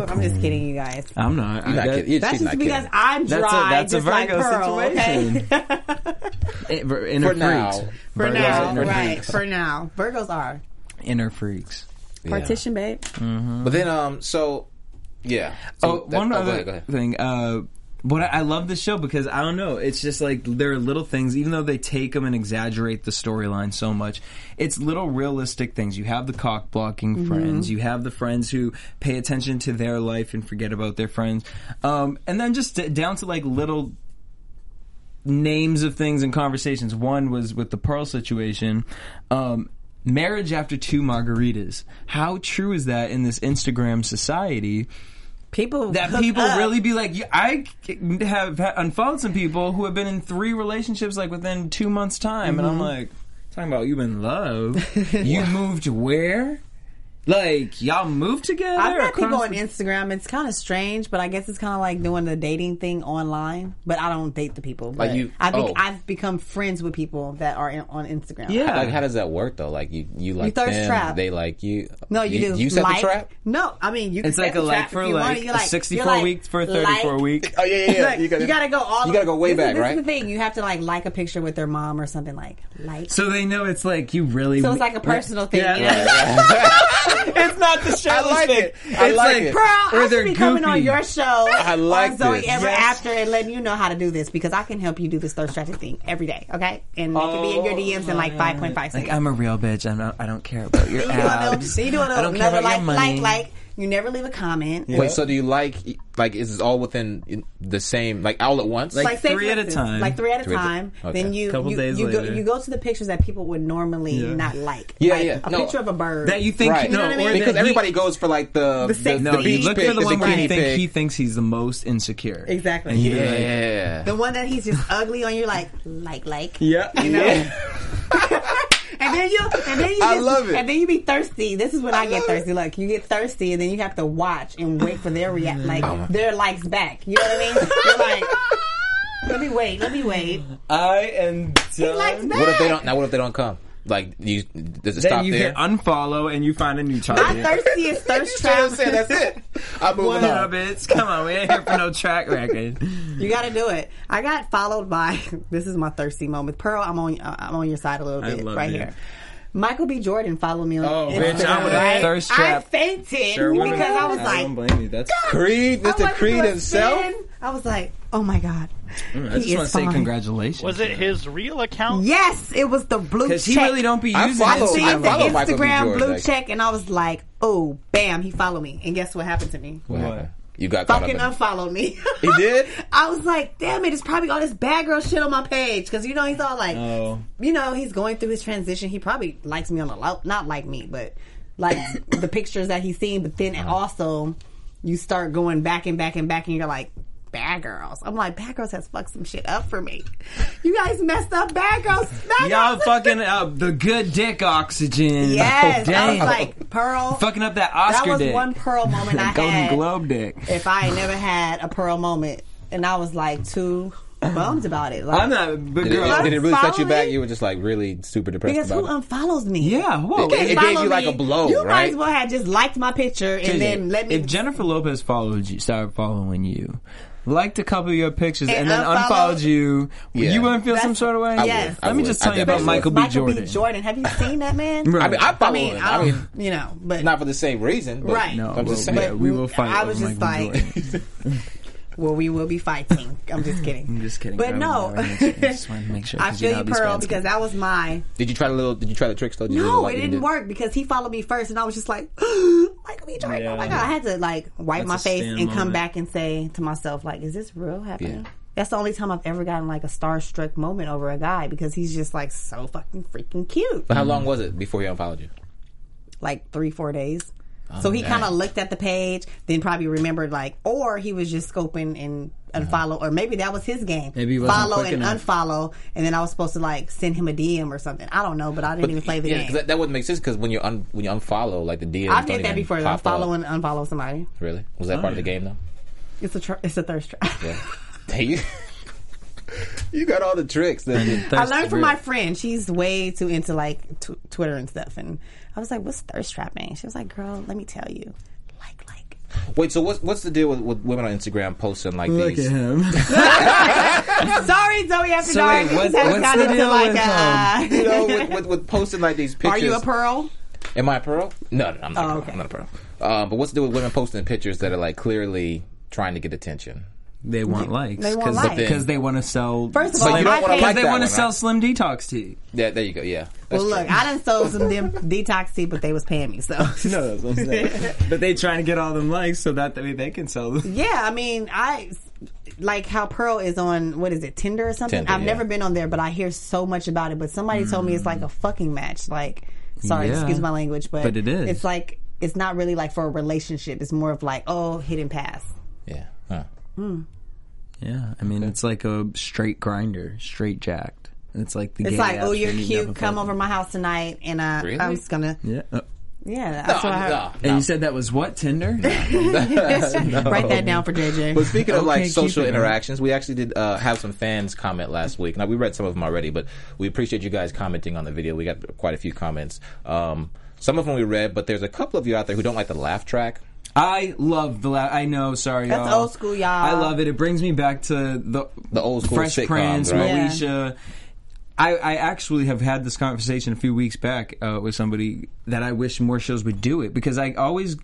[SPEAKER 4] Ooh, I'm just kidding, you guys.
[SPEAKER 3] I'm not. I
[SPEAKER 2] Not
[SPEAKER 3] got-
[SPEAKER 2] kidding. Yeah,
[SPEAKER 4] That's
[SPEAKER 2] she's
[SPEAKER 4] just
[SPEAKER 2] not
[SPEAKER 4] because
[SPEAKER 2] kidding.
[SPEAKER 4] I'm dry,
[SPEAKER 3] That's a that's
[SPEAKER 4] just
[SPEAKER 3] a
[SPEAKER 4] like
[SPEAKER 3] Virgo
[SPEAKER 4] Pearl. Okay?
[SPEAKER 3] situation. In- for inner
[SPEAKER 2] For
[SPEAKER 3] freaks.
[SPEAKER 2] now.
[SPEAKER 4] For
[SPEAKER 3] Virgos are
[SPEAKER 4] now,
[SPEAKER 3] inner
[SPEAKER 4] right?
[SPEAKER 3] freaks.
[SPEAKER 4] For now, Virgos are
[SPEAKER 3] Inner freaks.
[SPEAKER 4] partition, babe.
[SPEAKER 2] But then, um, so yeah.
[SPEAKER 3] Oh,
[SPEAKER 2] So
[SPEAKER 3] one
[SPEAKER 2] that- go
[SPEAKER 3] other
[SPEAKER 2] ahead, go ahead.
[SPEAKER 3] thing. Uh, what I, I love this show because I don't know. It's just like there are little things, even though they take them and exaggerate the storyline so much. It's little realistic things. You have the cock blocking friends. You have the friends who pay attention to their life and forget about their friends. Um, and then just d- down to like little names of things and conversations. One was with the Pearl situation. Um, marriage after two margaritas. How true is that in this Instagram society?
[SPEAKER 4] People
[SPEAKER 3] that
[SPEAKER 4] hook
[SPEAKER 3] people
[SPEAKER 4] up.
[SPEAKER 3] really be like "Yeah, i c- have ha- unfollowed some people who have been in three relationships like within two
[SPEAKER 4] Mm-hmm.
[SPEAKER 3] months time and i'm like talking about you in love you moved where Like y'all moved together.
[SPEAKER 4] I've met people
[SPEAKER 3] across
[SPEAKER 4] on
[SPEAKER 3] the-
[SPEAKER 4] Instagram. It's kind of strange, but I guess it's kind of like doing the dating thing online. But I don't date the people. But
[SPEAKER 2] Like you-
[SPEAKER 4] I think
[SPEAKER 2] oh.
[SPEAKER 4] I've become friends with people that are in, on Instagram.
[SPEAKER 3] Yeah.
[SPEAKER 2] Like, how does that work though? Like, you you like
[SPEAKER 4] thirst
[SPEAKER 2] them,
[SPEAKER 4] trap.
[SPEAKER 2] they like you.
[SPEAKER 4] No, you, do.
[SPEAKER 2] You set
[SPEAKER 4] like,
[SPEAKER 2] the trap.
[SPEAKER 4] No, I mean you. Can
[SPEAKER 3] It's
[SPEAKER 4] set
[SPEAKER 3] like
[SPEAKER 4] the
[SPEAKER 3] a
[SPEAKER 4] trap
[SPEAKER 3] like
[SPEAKER 4] if
[SPEAKER 3] for
[SPEAKER 4] you want.
[SPEAKER 3] like,
[SPEAKER 4] You're
[SPEAKER 3] a
[SPEAKER 4] you're
[SPEAKER 3] sixty-four
[SPEAKER 4] like,
[SPEAKER 3] week for a
[SPEAKER 4] like-
[SPEAKER 3] thirty-four week.
[SPEAKER 2] Oh yeah, yeah, yeah.
[SPEAKER 4] Look, you, gotta, go all.
[SPEAKER 2] You gotta go way
[SPEAKER 4] this is-
[SPEAKER 2] back,
[SPEAKER 4] this
[SPEAKER 2] right?
[SPEAKER 4] Is the thing you have to like like a picture with their mom or something like like. So,
[SPEAKER 3] So they know it's like you really.
[SPEAKER 4] it's like a personal thing.
[SPEAKER 3] Yeah.
[SPEAKER 4] you know?
[SPEAKER 3] it's not the show.
[SPEAKER 2] I like it. I
[SPEAKER 3] it's
[SPEAKER 2] like it.
[SPEAKER 4] Girl, I
[SPEAKER 3] they're
[SPEAKER 4] should be coming on
[SPEAKER 3] goofy.
[SPEAKER 4] your show. I
[SPEAKER 2] like
[SPEAKER 4] on Zoe
[SPEAKER 2] this.
[SPEAKER 4] Ever
[SPEAKER 3] Yes.
[SPEAKER 4] After and letting you know how to do this because I can help you do this thirst traffic thing every day, okay? And it can be in your DMs in like 5.5 seconds.
[SPEAKER 3] Oh Like I'm a real bitch. I'm not. I don't care about your
[SPEAKER 4] you do a little,
[SPEAKER 3] abs.
[SPEAKER 4] you do a little,
[SPEAKER 3] I don't care
[SPEAKER 4] another
[SPEAKER 3] about
[SPEAKER 4] like,
[SPEAKER 3] your
[SPEAKER 4] like,
[SPEAKER 3] money.
[SPEAKER 4] like. You never leave a comment.
[SPEAKER 2] Wait, so do you like like is this all within the same like all at once?
[SPEAKER 4] Like, say,
[SPEAKER 3] three
[SPEAKER 4] for
[SPEAKER 3] at a
[SPEAKER 4] instance,
[SPEAKER 3] time.
[SPEAKER 4] Like three at a
[SPEAKER 2] Three at a-
[SPEAKER 4] time.
[SPEAKER 2] okay.
[SPEAKER 4] Then you
[SPEAKER 3] Couple
[SPEAKER 4] you,
[SPEAKER 3] days
[SPEAKER 4] you, go,
[SPEAKER 3] later.
[SPEAKER 4] you go to the pictures that people would normally
[SPEAKER 3] Yeah.
[SPEAKER 4] not like.
[SPEAKER 2] Yeah,
[SPEAKER 4] like
[SPEAKER 2] yeah.
[SPEAKER 4] A
[SPEAKER 2] No.
[SPEAKER 4] picture of a bird
[SPEAKER 3] that you think
[SPEAKER 2] Right.
[SPEAKER 3] you know,
[SPEAKER 4] You know what I
[SPEAKER 3] or
[SPEAKER 4] mean?
[SPEAKER 3] that
[SPEAKER 2] because
[SPEAKER 3] he-
[SPEAKER 2] everybody goes for like the
[SPEAKER 4] The sexy
[SPEAKER 3] No, you
[SPEAKER 4] Beach
[SPEAKER 3] look for the one where you
[SPEAKER 2] bikini
[SPEAKER 3] think
[SPEAKER 2] pic.
[SPEAKER 3] he thinks he's the most insecure.
[SPEAKER 4] Exactly.
[SPEAKER 3] And you're like,
[SPEAKER 2] yeah.
[SPEAKER 4] the one that he's just ugly on. You're like like like.
[SPEAKER 3] yeah. You know?
[SPEAKER 4] And then you, and then you,
[SPEAKER 2] I
[SPEAKER 4] just-
[SPEAKER 2] love it.
[SPEAKER 4] And then you be thirsty. This is when I, get
[SPEAKER 2] love
[SPEAKER 4] thirsty. Look, you get thirsty, and then you have to watch and wait for their react,
[SPEAKER 3] Mm.
[SPEAKER 4] like
[SPEAKER 2] Oh
[SPEAKER 4] their likes back. You know what I mean? You're like, let me wait, let me wait.
[SPEAKER 3] I am done.
[SPEAKER 4] Likes back.
[SPEAKER 2] What if they don't? Now, what if they don't come? Like, you does it
[SPEAKER 3] Then
[SPEAKER 2] stop
[SPEAKER 3] you
[SPEAKER 2] there?
[SPEAKER 3] hit unfollow and you find a new
[SPEAKER 4] My
[SPEAKER 3] target.
[SPEAKER 4] thirsty is thirst
[SPEAKER 2] You know what I'm
[SPEAKER 4] trap.
[SPEAKER 2] saying? That's it. I'm
[SPEAKER 3] What
[SPEAKER 2] moving
[SPEAKER 3] up,
[SPEAKER 2] on.
[SPEAKER 3] bitch? Come on, we ain't here for no track record.
[SPEAKER 4] You got to do it. I got followed by. This is my thirsty moment, Pearl. I'm on. uh, I'm on your side a little
[SPEAKER 3] I
[SPEAKER 4] bit
[SPEAKER 3] love
[SPEAKER 4] right
[SPEAKER 3] you.
[SPEAKER 4] here. Michael B. Jordan followed me on.
[SPEAKER 3] Oh,
[SPEAKER 4] Instagram,
[SPEAKER 3] bitch, I would've
[SPEAKER 4] right?
[SPEAKER 3] thirst
[SPEAKER 4] I
[SPEAKER 3] trapped.
[SPEAKER 4] fainted because I was like,
[SPEAKER 3] blame you. That's.
[SPEAKER 2] Creed,
[SPEAKER 4] I
[SPEAKER 2] Mr.
[SPEAKER 4] wasn't
[SPEAKER 2] Creed
[SPEAKER 4] doing
[SPEAKER 2] himself.
[SPEAKER 4] sin. I was like, oh my god.
[SPEAKER 3] Mm, I just
[SPEAKER 4] He
[SPEAKER 3] want
[SPEAKER 4] is
[SPEAKER 3] to say
[SPEAKER 4] fine.
[SPEAKER 3] congratulations.
[SPEAKER 5] Was it his real account?
[SPEAKER 4] Yes, it was the blue check.
[SPEAKER 3] Because he really don't be
[SPEAKER 2] I
[SPEAKER 3] using
[SPEAKER 2] follow-
[SPEAKER 4] See
[SPEAKER 2] I
[SPEAKER 4] the
[SPEAKER 3] Instagram.
[SPEAKER 2] follow Michael B.
[SPEAKER 4] Instagram
[SPEAKER 2] Jordan,
[SPEAKER 4] blue
[SPEAKER 2] like-
[SPEAKER 4] check, and I was like, oh, bam, he followed me. And guess what happened to me?
[SPEAKER 2] What happened? You got caught up.
[SPEAKER 4] Fucking
[SPEAKER 2] In it.
[SPEAKER 4] unfollowed me.
[SPEAKER 2] He did.
[SPEAKER 4] I was like, damn it, it's probably all this bad girl shit on my page. Because, you know, he's all like,
[SPEAKER 3] Oh.
[SPEAKER 4] you know, he's going through his transition. He probably likes me on the low, not like me, but like the pictures that he's seen. But then
[SPEAKER 3] Uh-huh.
[SPEAKER 4] also, you start going back and back and back, and you're like, Bad Girls. I'm like, Bad Girls has fucked some shit up for me. You guys messed up Bad Girls. Bad
[SPEAKER 3] Y'all
[SPEAKER 4] Girls-
[SPEAKER 3] fucking up the good dick oxygen.
[SPEAKER 4] Yes. I was
[SPEAKER 3] Damn.
[SPEAKER 4] like, Pearl.
[SPEAKER 3] fucking up that Oscar
[SPEAKER 4] That was
[SPEAKER 3] dick.
[SPEAKER 4] one Pearl moment I
[SPEAKER 3] Golden
[SPEAKER 4] had.
[SPEAKER 3] Globe dick.
[SPEAKER 4] If I ain't never had a Pearl moment, and I was like too bummed about it. Like,
[SPEAKER 3] I'm not. But
[SPEAKER 2] Did it,
[SPEAKER 3] girl,
[SPEAKER 2] did it really set you
[SPEAKER 4] Unfollow
[SPEAKER 2] back?
[SPEAKER 4] me?
[SPEAKER 2] You were just like really super depressed
[SPEAKER 4] Because who
[SPEAKER 2] about it.
[SPEAKER 4] unfollows me?
[SPEAKER 3] Yeah, whoa.
[SPEAKER 4] You can't
[SPEAKER 2] It- it gave
[SPEAKER 4] follow
[SPEAKER 2] you, like,
[SPEAKER 4] me.
[SPEAKER 2] a blow,
[SPEAKER 4] You might
[SPEAKER 2] right?
[SPEAKER 4] as well have just liked my picture and then let me.
[SPEAKER 3] If Jennifer Lopez followed you, started following you, liked a couple of your pictures,
[SPEAKER 4] And
[SPEAKER 3] and, then
[SPEAKER 4] unfollowed-
[SPEAKER 3] unfollowed you,
[SPEAKER 2] Yeah.
[SPEAKER 3] you wouldn't feel
[SPEAKER 4] That's-
[SPEAKER 3] some sort of way.
[SPEAKER 4] I Yes. would.
[SPEAKER 3] Let
[SPEAKER 4] I
[SPEAKER 3] me
[SPEAKER 2] would.
[SPEAKER 3] just
[SPEAKER 2] I
[SPEAKER 3] tell you about
[SPEAKER 2] definitely
[SPEAKER 3] Michael B.
[SPEAKER 4] Especially Michael
[SPEAKER 3] Jordan.
[SPEAKER 4] B. Jordan. Have you seen that man?
[SPEAKER 3] Right.
[SPEAKER 2] I mean, I
[SPEAKER 4] I
[SPEAKER 2] follow
[SPEAKER 4] mean,
[SPEAKER 2] him.
[SPEAKER 4] I
[SPEAKER 2] I
[SPEAKER 4] don't,
[SPEAKER 2] mean,
[SPEAKER 4] you know, but
[SPEAKER 2] not for the same reason, but
[SPEAKER 4] Right.
[SPEAKER 3] No,
[SPEAKER 2] I'm just
[SPEAKER 3] well,
[SPEAKER 2] saying.
[SPEAKER 3] yeah, we will
[SPEAKER 4] But
[SPEAKER 3] fight.
[SPEAKER 4] I
[SPEAKER 3] over
[SPEAKER 4] was just
[SPEAKER 3] Michael
[SPEAKER 4] like-
[SPEAKER 3] Jordan.
[SPEAKER 4] well, we will be fighting. I'm just kidding.
[SPEAKER 3] I'm just kidding.
[SPEAKER 4] But
[SPEAKER 3] girl.
[SPEAKER 4] no,
[SPEAKER 3] I just wanted to make sure.
[SPEAKER 4] I
[SPEAKER 3] 'cause you
[SPEAKER 4] feel
[SPEAKER 3] know
[SPEAKER 4] you,
[SPEAKER 3] these
[SPEAKER 4] Pearl,
[SPEAKER 3] fans-
[SPEAKER 4] because that was my
[SPEAKER 2] Did you try the little? Did you try the tricks though? Did you
[SPEAKER 4] No,
[SPEAKER 2] like
[SPEAKER 4] it
[SPEAKER 2] you
[SPEAKER 4] didn't
[SPEAKER 2] did?
[SPEAKER 4] work because he followed me first, and I was just like, Michael B. Jordan. Oh my
[SPEAKER 3] Yeah.
[SPEAKER 4] god! I had to like wipe
[SPEAKER 3] That's
[SPEAKER 4] my
[SPEAKER 3] a
[SPEAKER 4] face
[SPEAKER 3] stand
[SPEAKER 4] and come
[SPEAKER 3] moment.
[SPEAKER 4] back and say to myself, like, is this real happening?
[SPEAKER 2] Yeah.
[SPEAKER 4] That's the only time I've ever gotten like a starstruck moment over a guy because he's just like so fucking freaking cute.
[SPEAKER 2] But how long was it before he unfollowed you?
[SPEAKER 4] Like three, four days. So he
[SPEAKER 2] dang.
[SPEAKER 4] kind of looked at the page, then probably remembered like, or he was just scoping and unfollow, or maybe that was his game.
[SPEAKER 3] Maybe he wasn't
[SPEAKER 4] follow
[SPEAKER 3] quick
[SPEAKER 4] and
[SPEAKER 3] enough.
[SPEAKER 4] unfollow, and then I was supposed to like send him a DM or something. I don't know, but I didn't even play the
[SPEAKER 2] yeah,
[SPEAKER 4] game.
[SPEAKER 2] 'cause That, that wouldn't make sense because when you un, when you unfollow, like the DMs.
[SPEAKER 4] I've
[SPEAKER 2] don't
[SPEAKER 4] did that
[SPEAKER 2] even
[SPEAKER 4] before. Though.
[SPEAKER 2] pop up.
[SPEAKER 4] Follow and unfollow somebody.
[SPEAKER 2] Really? Was that part of the game though?
[SPEAKER 4] It's a tr- it's a thirst trap.
[SPEAKER 2] Yeah. Dang, you, you got all the tricks. That
[SPEAKER 4] I
[SPEAKER 3] Thirst
[SPEAKER 4] learned
[SPEAKER 3] is
[SPEAKER 4] from
[SPEAKER 3] real.
[SPEAKER 4] my friend. She's way too into like tw- Twitter and stuff, and I was like, "What's thirst trapping?" She was like, "Girl, let me tell you, like, like."
[SPEAKER 2] Wait, so what's what's the deal with, with women on Instagram posting like
[SPEAKER 3] Look
[SPEAKER 2] these?
[SPEAKER 3] at him.
[SPEAKER 4] Sorry, Zoe after
[SPEAKER 3] So
[SPEAKER 4] dark.
[SPEAKER 3] wait, what-
[SPEAKER 4] That's
[SPEAKER 3] what's
[SPEAKER 4] not
[SPEAKER 3] the
[SPEAKER 4] into,
[SPEAKER 3] deal
[SPEAKER 4] like,
[SPEAKER 3] with,
[SPEAKER 4] uh,
[SPEAKER 3] um,
[SPEAKER 2] You know, with, with, with posting like these
[SPEAKER 4] Are
[SPEAKER 2] pictures.
[SPEAKER 4] you a pearl?
[SPEAKER 2] Am I a pearl? No, no, no, I'm not.
[SPEAKER 4] Oh,
[SPEAKER 2] a pearl.
[SPEAKER 4] okay.
[SPEAKER 2] I'm not a pearl. Uh, but what's the deal with women posting pictures that are like clearly trying to get attention?
[SPEAKER 3] They want likes.
[SPEAKER 4] they want
[SPEAKER 3] 'cause-
[SPEAKER 4] likes.
[SPEAKER 3] Because they want to sell.
[SPEAKER 4] First of all,
[SPEAKER 3] Slim-
[SPEAKER 4] you don't wanna
[SPEAKER 3] 'cause
[SPEAKER 4] like
[SPEAKER 3] they
[SPEAKER 2] that
[SPEAKER 3] wanna
[SPEAKER 2] one,
[SPEAKER 3] sell
[SPEAKER 2] right?
[SPEAKER 3] Slim Detox tea.
[SPEAKER 2] Yeah, there you go. Yeah. That's
[SPEAKER 4] Well,
[SPEAKER 2] true.
[SPEAKER 4] look, I done sold some them detox tea, but they was paying me. So
[SPEAKER 3] No, that's what I'm saying. but they trying to get all them likes so that way they can sell them.
[SPEAKER 4] yeah, I mean, I like how Pearl is on what is it Tinder or something.
[SPEAKER 2] Tinder,
[SPEAKER 4] I've
[SPEAKER 2] yeah.
[SPEAKER 4] never been on there, but I hear so much about it. But somebody told me it's like a fucking match. Like, sorry,
[SPEAKER 3] Yeah.
[SPEAKER 4] excuse my language, but,
[SPEAKER 3] But it is.
[SPEAKER 4] It's like it's not really like for a relationship. It's more of like oh, hit and pass.
[SPEAKER 2] Yeah. Huh.
[SPEAKER 3] Yeah, I mean it's like a straight grinder, straight jacked. It's like the
[SPEAKER 4] It's
[SPEAKER 3] gay
[SPEAKER 4] like
[SPEAKER 3] apps
[SPEAKER 4] oh, you're
[SPEAKER 3] that meet up
[SPEAKER 4] cute.
[SPEAKER 3] and
[SPEAKER 4] Come
[SPEAKER 3] fuck.
[SPEAKER 4] over my house tonight, and uh,
[SPEAKER 2] Really?
[SPEAKER 4] I'm just gonna
[SPEAKER 3] Yeah. Uh,
[SPEAKER 4] Yeah, that's what I heard.
[SPEAKER 3] And you said that was what Tinder?
[SPEAKER 4] Write that down for JJ.
[SPEAKER 2] But speaking of
[SPEAKER 3] Okay,
[SPEAKER 2] like
[SPEAKER 3] keep
[SPEAKER 2] social
[SPEAKER 3] it going.
[SPEAKER 2] interactions, we actually did uh, have some fans comment last week. Now we read some of them already, but we appreciate you guys commenting on the video. We got quite a few comments. Um, some of them we read, but there's a couple of you out there who don't like the laugh track.
[SPEAKER 3] I love the. La- I know. Sorry,
[SPEAKER 4] That's
[SPEAKER 3] y'all.
[SPEAKER 4] old school, y'all.
[SPEAKER 3] I love it. It brings me back to the
[SPEAKER 2] The old school
[SPEAKER 3] Fresh
[SPEAKER 2] sitcoms,
[SPEAKER 3] Prince,
[SPEAKER 2] right?
[SPEAKER 4] Yeah.
[SPEAKER 3] Moesha. I, I actually have had this conversation a few weeks back uh, with somebody that I wish more shows would do it because I always,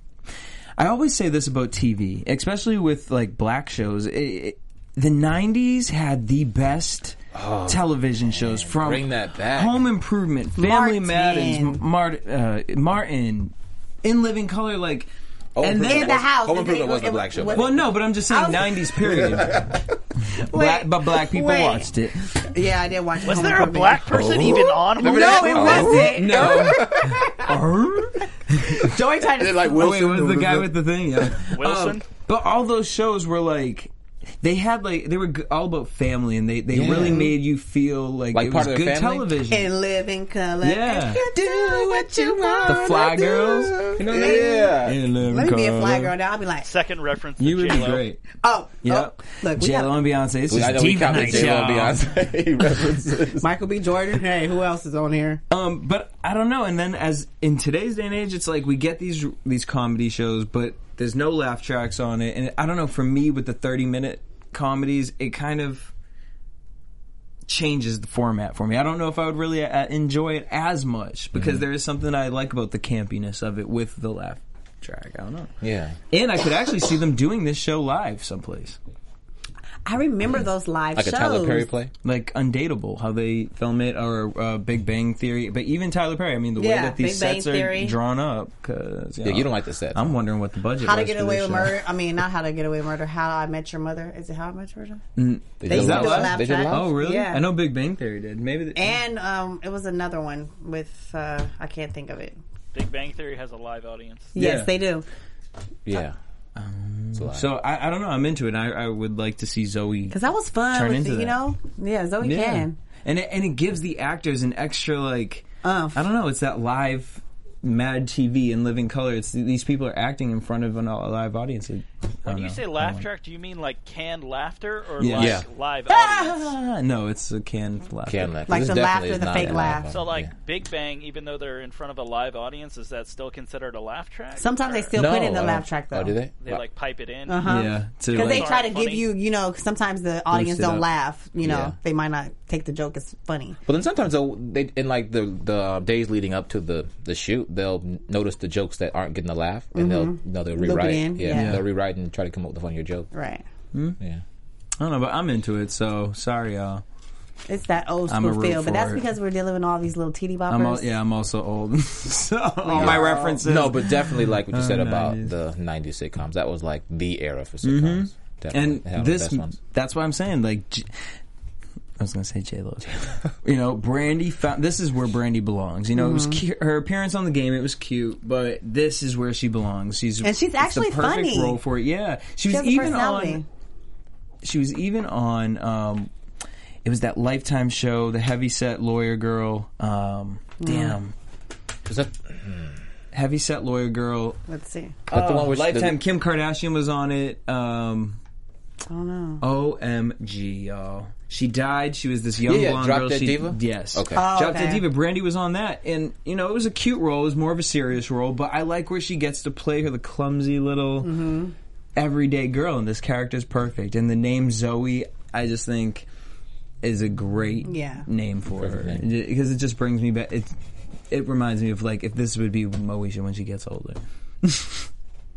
[SPEAKER 3] I always say this about TV, especially with like black shows. It, it, the '90s had the best television shows from
[SPEAKER 2] Oh, Bring that back.
[SPEAKER 3] Home Improvement, Family
[SPEAKER 4] Martin.
[SPEAKER 3] Matters, M- Mart, uh, Martin, In Living Color, like.
[SPEAKER 2] Home
[SPEAKER 3] and
[SPEAKER 2] Improvement
[SPEAKER 4] In the
[SPEAKER 2] was- Home
[SPEAKER 4] house, the
[SPEAKER 2] Improvement
[SPEAKER 4] thing-
[SPEAKER 2] was the
[SPEAKER 4] it-
[SPEAKER 2] black show.
[SPEAKER 4] was-
[SPEAKER 2] by
[SPEAKER 3] Well, no, but I'm just saying
[SPEAKER 4] I was-
[SPEAKER 3] '90s period. black, but black people
[SPEAKER 4] wait.
[SPEAKER 3] watched it.
[SPEAKER 4] Yeah, I did watch.
[SPEAKER 5] Was
[SPEAKER 4] Home
[SPEAKER 5] there a
[SPEAKER 4] Improvement.
[SPEAKER 5] black person even on Home
[SPEAKER 4] No, it
[SPEAKER 5] Improvement?
[SPEAKER 4] wasn't.
[SPEAKER 3] No,
[SPEAKER 4] Joey tried to
[SPEAKER 2] the way. like
[SPEAKER 3] oh, wait,
[SPEAKER 2] Wilson
[SPEAKER 3] was the guy with the thing? Yeah,
[SPEAKER 5] Wilson?
[SPEAKER 3] Um, but all those shows were like. They had like they were g- all about family, and they, they really made you feel like,
[SPEAKER 2] Like
[SPEAKER 3] it
[SPEAKER 2] part
[SPEAKER 3] was
[SPEAKER 2] of their
[SPEAKER 3] good
[SPEAKER 2] family?
[SPEAKER 3] television.
[SPEAKER 4] and live in color.
[SPEAKER 3] Yeah.
[SPEAKER 4] You do what you want.
[SPEAKER 3] the Fly
[SPEAKER 4] to do.
[SPEAKER 3] Girls, you know what I mean?
[SPEAKER 2] Yeah.
[SPEAKER 3] In living
[SPEAKER 4] Let me be a
[SPEAKER 3] color.
[SPEAKER 4] fly girl. Now I'll be like,
[SPEAKER 5] Second reference to
[SPEAKER 3] You would be
[SPEAKER 5] J-Lo.
[SPEAKER 3] great.
[SPEAKER 4] oh,
[SPEAKER 3] Yep.
[SPEAKER 4] oh, look, we
[SPEAKER 3] J Lo
[SPEAKER 4] got
[SPEAKER 3] and Beyonce. It's
[SPEAKER 2] We- I
[SPEAKER 3] just
[SPEAKER 2] know we
[SPEAKER 3] diva
[SPEAKER 2] counted
[SPEAKER 3] night,
[SPEAKER 2] J-Lo and
[SPEAKER 3] y'all.
[SPEAKER 2] Beyonce references.
[SPEAKER 4] Michael B. Jordan. Hey, who else is on here?
[SPEAKER 3] Um, but I don't know. And then as in today's day and age, it's like we get these these comedy shows, but there's no laugh tracks on it. And I don't know. For me, with the 30 minute comedies, it kind of changes the format for me. I don't know if I would really uh, enjoy it as much because there is something I like about the campiness of it with the laugh track. I don't know.
[SPEAKER 2] Yeah.
[SPEAKER 3] And I could actually see them doing this show live someplace.
[SPEAKER 4] I remember those live
[SPEAKER 2] Like a
[SPEAKER 4] shows.
[SPEAKER 2] Tyler Perry play.
[SPEAKER 3] like Undateable, how they film it, or uh, Big Bang Theory, but even Tyler Perry. I mean, the way
[SPEAKER 4] Yeah,
[SPEAKER 3] that these
[SPEAKER 4] Big Bang
[SPEAKER 3] sets
[SPEAKER 4] Theory.
[SPEAKER 3] are drawn up, because
[SPEAKER 2] Yeah, you don't like the set.
[SPEAKER 3] I'm wondering what the budget.
[SPEAKER 4] How to
[SPEAKER 3] was
[SPEAKER 4] Get
[SPEAKER 3] for
[SPEAKER 4] Away
[SPEAKER 3] this
[SPEAKER 4] with
[SPEAKER 3] show.
[SPEAKER 4] Murder. I mean, not How to Get Away with Murder. How I Met Your Mother. Is it How I Met Your Mother?
[SPEAKER 2] They
[SPEAKER 4] They
[SPEAKER 2] did
[SPEAKER 4] used
[SPEAKER 2] a
[SPEAKER 4] to
[SPEAKER 2] lot.
[SPEAKER 4] laugh
[SPEAKER 2] They did a
[SPEAKER 4] track.
[SPEAKER 2] lot.
[SPEAKER 3] Oh, really?
[SPEAKER 4] Yeah.
[SPEAKER 3] I know Big Bang Theory did. Maybe. The,
[SPEAKER 4] And um, it was another one with uh, I can't think of it.
[SPEAKER 5] Big Bang Theory has a live audience.
[SPEAKER 4] Yes,
[SPEAKER 3] Yeah.
[SPEAKER 4] they do.
[SPEAKER 2] Yeah. It's a lot.
[SPEAKER 3] Um, so I, I don't know. I'm into it. I, I would like to see Zoe
[SPEAKER 4] Because that was fun.
[SPEAKER 3] Turn
[SPEAKER 4] with
[SPEAKER 3] into
[SPEAKER 4] the-
[SPEAKER 3] that.
[SPEAKER 4] you know, yeah, Zoe can.
[SPEAKER 3] And it, and it gives the actors an extra like
[SPEAKER 4] Umph.
[SPEAKER 3] I don't know. It's that live. Mad TV and living color. It's these people are acting in front of an, a live audience. When
[SPEAKER 5] When you say laugh track, do you mean like canned laughter or
[SPEAKER 3] Yeah.
[SPEAKER 5] like
[SPEAKER 2] Yeah.
[SPEAKER 5] live audience?
[SPEAKER 3] Ah, no, it's a canned laugh.
[SPEAKER 2] Can laugh.
[SPEAKER 4] Like
[SPEAKER 2] This
[SPEAKER 4] the
[SPEAKER 2] definitely
[SPEAKER 4] laughter,
[SPEAKER 2] is
[SPEAKER 4] the
[SPEAKER 2] not
[SPEAKER 4] fake
[SPEAKER 2] a
[SPEAKER 4] laugh.
[SPEAKER 2] laugh.
[SPEAKER 5] So like
[SPEAKER 2] Yeah.
[SPEAKER 5] Big Bang, even though they're in front of a live audience, is that still considered a laugh track?
[SPEAKER 4] Sometimes they
[SPEAKER 5] Or
[SPEAKER 4] still
[SPEAKER 2] No,
[SPEAKER 4] put in the
[SPEAKER 2] I
[SPEAKER 4] laugh
[SPEAKER 2] don't-
[SPEAKER 4] track though.
[SPEAKER 2] Oh, do they?
[SPEAKER 5] they like pipe it in.
[SPEAKER 3] Yeah, to
[SPEAKER 4] Because Um, they
[SPEAKER 3] like-
[SPEAKER 4] try to
[SPEAKER 5] Sorry,
[SPEAKER 4] give
[SPEAKER 5] funny.
[SPEAKER 4] you, you know, sometimes the audience
[SPEAKER 3] it
[SPEAKER 4] don't
[SPEAKER 3] up.
[SPEAKER 4] laugh. You know,
[SPEAKER 2] Yeah.
[SPEAKER 4] they might not take the joke as funny.
[SPEAKER 2] But then sometimes they'll they in like the the days leading up to the the shoot, they'll notice the jokes that aren't getting a laugh, and they'll you know, they'll
[SPEAKER 4] Mm-hmm. it
[SPEAKER 2] rewrite.
[SPEAKER 4] in,
[SPEAKER 2] yeah,
[SPEAKER 4] yeah. Mm-hmm.
[SPEAKER 2] they'll rewrite and try to come up with a funnier joke.
[SPEAKER 4] Right.
[SPEAKER 2] Yeah.
[SPEAKER 3] I don't know, but I'm into it. So sorry, y'all.
[SPEAKER 4] It's that old
[SPEAKER 3] I'm a
[SPEAKER 4] school
[SPEAKER 3] root
[SPEAKER 4] feel,
[SPEAKER 3] for
[SPEAKER 4] but that's
[SPEAKER 3] it.
[SPEAKER 4] because we're dealing with all these little titty boppers.
[SPEAKER 3] I'm al- yeah, I'm also old. so all my references. Oh,
[SPEAKER 2] No, but definitely like what you said about
[SPEAKER 3] 90s.
[SPEAKER 2] the '90s sitcoms. That was like the era for
[SPEAKER 4] Mm-hmm.
[SPEAKER 2] sitcoms. Definitely.
[SPEAKER 3] and
[SPEAKER 2] They had the
[SPEAKER 3] this
[SPEAKER 2] best ones.
[SPEAKER 3] that's why I'm saying like. J- I was gonna say J Lo. You know, Brandy. Found, this is where Brandy belongs. You know, it was
[SPEAKER 4] Mm-hmm.
[SPEAKER 3] cu- her appearance on the game. It was cute, but this is where she belongs. She's
[SPEAKER 4] And she's
[SPEAKER 3] it's the
[SPEAKER 4] actually
[SPEAKER 3] perfect
[SPEAKER 4] funny.
[SPEAKER 3] role for it. Yeah, she was
[SPEAKER 4] has a
[SPEAKER 3] even
[SPEAKER 4] personality.
[SPEAKER 3] on. She was even on. Um, it was that Lifetime show, the heavyset lawyer girl. Um,
[SPEAKER 4] Mm.
[SPEAKER 3] Damn,
[SPEAKER 2] Is that, is
[SPEAKER 3] heavyset lawyer girl.
[SPEAKER 4] Let's see.
[SPEAKER 2] that the one where she-
[SPEAKER 3] Oh, Lifetime Kim Kardashian was on it. Um,
[SPEAKER 4] I don't know.
[SPEAKER 3] OMG, y'all. She died. She was this young
[SPEAKER 2] Yeah, yeah,
[SPEAKER 3] blonde
[SPEAKER 2] Drop
[SPEAKER 3] girl.
[SPEAKER 2] Dead
[SPEAKER 3] she,
[SPEAKER 2] Diva?
[SPEAKER 3] Yes.
[SPEAKER 2] Okay.
[SPEAKER 4] Oh,
[SPEAKER 3] Drop
[SPEAKER 4] okay.
[SPEAKER 3] Dead Diva. Brandy was on that. And, you know, it was a cute role. It was more of a serious role. But I like where she gets to play her, the clumsy little
[SPEAKER 4] Mm-hmm.
[SPEAKER 3] everyday girl. And this character's perfect. And the name Zoe, I just think, is a great
[SPEAKER 4] Yeah.
[SPEAKER 3] name for her.
[SPEAKER 2] Perfect name.
[SPEAKER 3] Because it just brings me back. It, it reminds me of, like, if this would be Moesha when she gets older.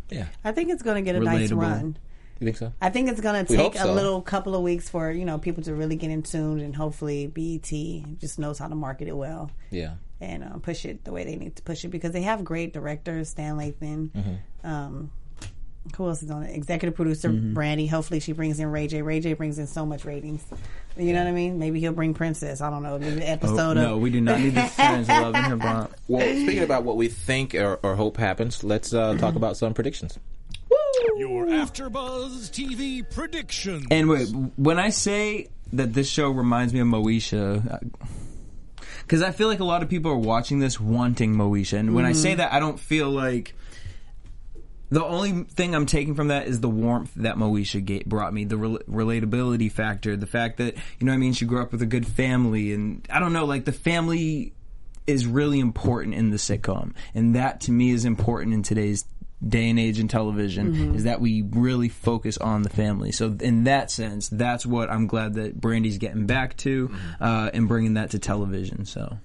[SPEAKER 2] yeah,
[SPEAKER 4] I think it's going to get a nice
[SPEAKER 3] Relatable.
[SPEAKER 4] run.
[SPEAKER 2] you think so?
[SPEAKER 4] I think it's going to
[SPEAKER 2] We hope
[SPEAKER 4] take a
[SPEAKER 2] so.
[SPEAKER 4] little couple of weeks for you know people to really get in tune, and hopefully BET just knows how to market it well
[SPEAKER 2] Yeah.
[SPEAKER 4] and um, push it the way they need to push it because they have great directors, Stan Lathan.
[SPEAKER 2] Mm-hmm.
[SPEAKER 4] Um, who else is on it? Executive producer
[SPEAKER 3] Mm-hmm.
[SPEAKER 4] Brandy. Hopefully, she brings in Ray J. Ray J. brings in so much ratings. You know what I mean? Maybe he'll bring Princess. I don't know. Maybe an episode
[SPEAKER 3] Oh,
[SPEAKER 4] of
[SPEAKER 3] no, we do not need the fans loving her bump.
[SPEAKER 2] Well, speaking about what we think or, or hope happens, let's uh, talk about some predictions.
[SPEAKER 6] Your AfterBuzz TV predictions.
[SPEAKER 3] And wait, when I say that this show reminds me of Moesha, because uh, I feel like a lot of people are watching this wanting Moesha, and when I say that, I don't feel like. The only thing I'm taking from that is the warmth that Moesha ga- brought me, the rel relatability factor, the fact that, you know what I mean, she grew up with a good family, and I don't know, like the family is really important in the sitcom. And that to me is important in today's day and age in television
[SPEAKER 4] Mm-hmm.
[SPEAKER 3] is that we really focus on the family. So in that sense, that's what I'm glad that Brandy's getting back to
[SPEAKER 4] Mm-hmm.
[SPEAKER 3] uh, and bringing that to television. So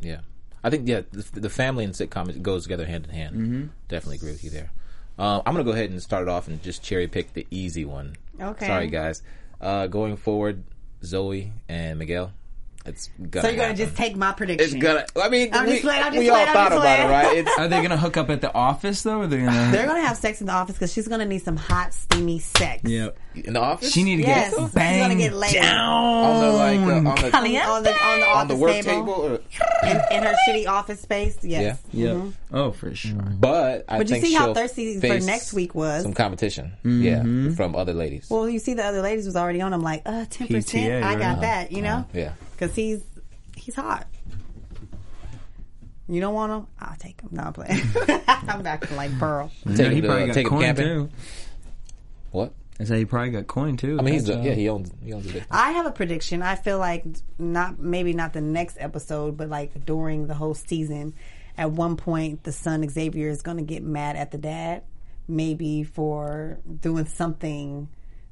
[SPEAKER 2] Yeah, I think yeah, the, the family and sitcom it goes together hand in hand.
[SPEAKER 4] Mm-hmm.
[SPEAKER 2] Definitely agree with you there. Uh, I'm gonna go ahead and start it off and just cherry pick the easy one.
[SPEAKER 4] Okay.
[SPEAKER 2] Sorry guys. Uh, going forward, Zoe and Miguel. It's gonna.
[SPEAKER 4] So you're gonna
[SPEAKER 2] happen.
[SPEAKER 4] just take my prediction?
[SPEAKER 2] It's gonna. I mean,
[SPEAKER 4] I'm
[SPEAKER 2] we,
[SPEAKER 4] just playing, I'm just
[SPEAKER 2] we all
[SPEAKER 4] playing, I'm
[SPEAKER 2] thought
[SPEAKER 4] just
[SPEAKER 2] about it,
[SPEAKER 4] playing.
[SPEAKER 2] right? It's,
[SPEAKER 3] are they going to hook up at the office though? Or they're going to.
[SPEAKER 4] They're gonna have sex in the office because she's gonna need some hot, steamy sex.
[SPEAKER 3] Yeah.
[SPEAKER 2] in the office,
[SPEAKER 3] She need to
[SPEAKER 4] Yes,
[SPEAKER 3] get
[SPEAKER 4] she's
[SPEAKER 3] banged
[SPEAKER 4] gonna get laid.
[SPEAKER 3] down.
[SPEAKER 2] on the like uh, on the
[SPEAKER 4] On the, on the
[SPEAKER 2] on the
[SPEAKER 4] office
[SPEAKER 2] work
[SPEAKER 4] Mm.
[SPEAKER 2] table.
[SPEAKER 4] table,
[SPEAKER 2] or-
[SPEAKER 4] In, in her shitty office space. Yes.
[SPEAKER 2] Yeah.
[SPEAKER 3] Yeah. Oh, for sure.
[SPEAKER 2] But I
[SPEAKER 4] But you
[SPEAKER 2] think
[SPEAKER 4] see how
[SPEAKER 2] she'll
[SPEAKER 4] thirsty for
[SPEAKER 2] face
[SPEAKER 4] next week was.
[SPEAKER 2] Some competition, yeah, from other ladies.
[SPEAKER 4] Well, you see, the other ladies was already on. I'm like, uh, ten
[SPEAKER 3] PTA,
[SPEAKER 4] percent. I got
[SPEAKER 3] right.
[SPEAKER 4] that. You know.
[SPEAKER 2] yeah.
[SPEAKER 4] Because he's he's hot. You don't want him? I'll take him. No, I'm playing. I'm acting like Pearl.
[SPEAKER 2] Take
[SPEAKER 3] No,
[SPEAKER 2] him
[SPEAKER 3] he
[SPEAKER 2] to,
[SPEAKER 3] probably
[SPEAKER 2] uh,
[SPEAKER 3] got
[SPEAKER 2] take him
[SPEAKER 3] coin
[SPEAKER 2] camping.
[SPEAKER 3] too.
[SPEAKER 2] What?
[SPEAKER 3] I say he probably got coin too.
[SPEAKER 2] I mean, he's a, yeah, he owns he owns a business.
[SPEAKER 4] I have a prediction. I feel like not maybe not the next episode, but like during the whole season, at one point the son Xavier is going to get mad at the dad, maybe for doing something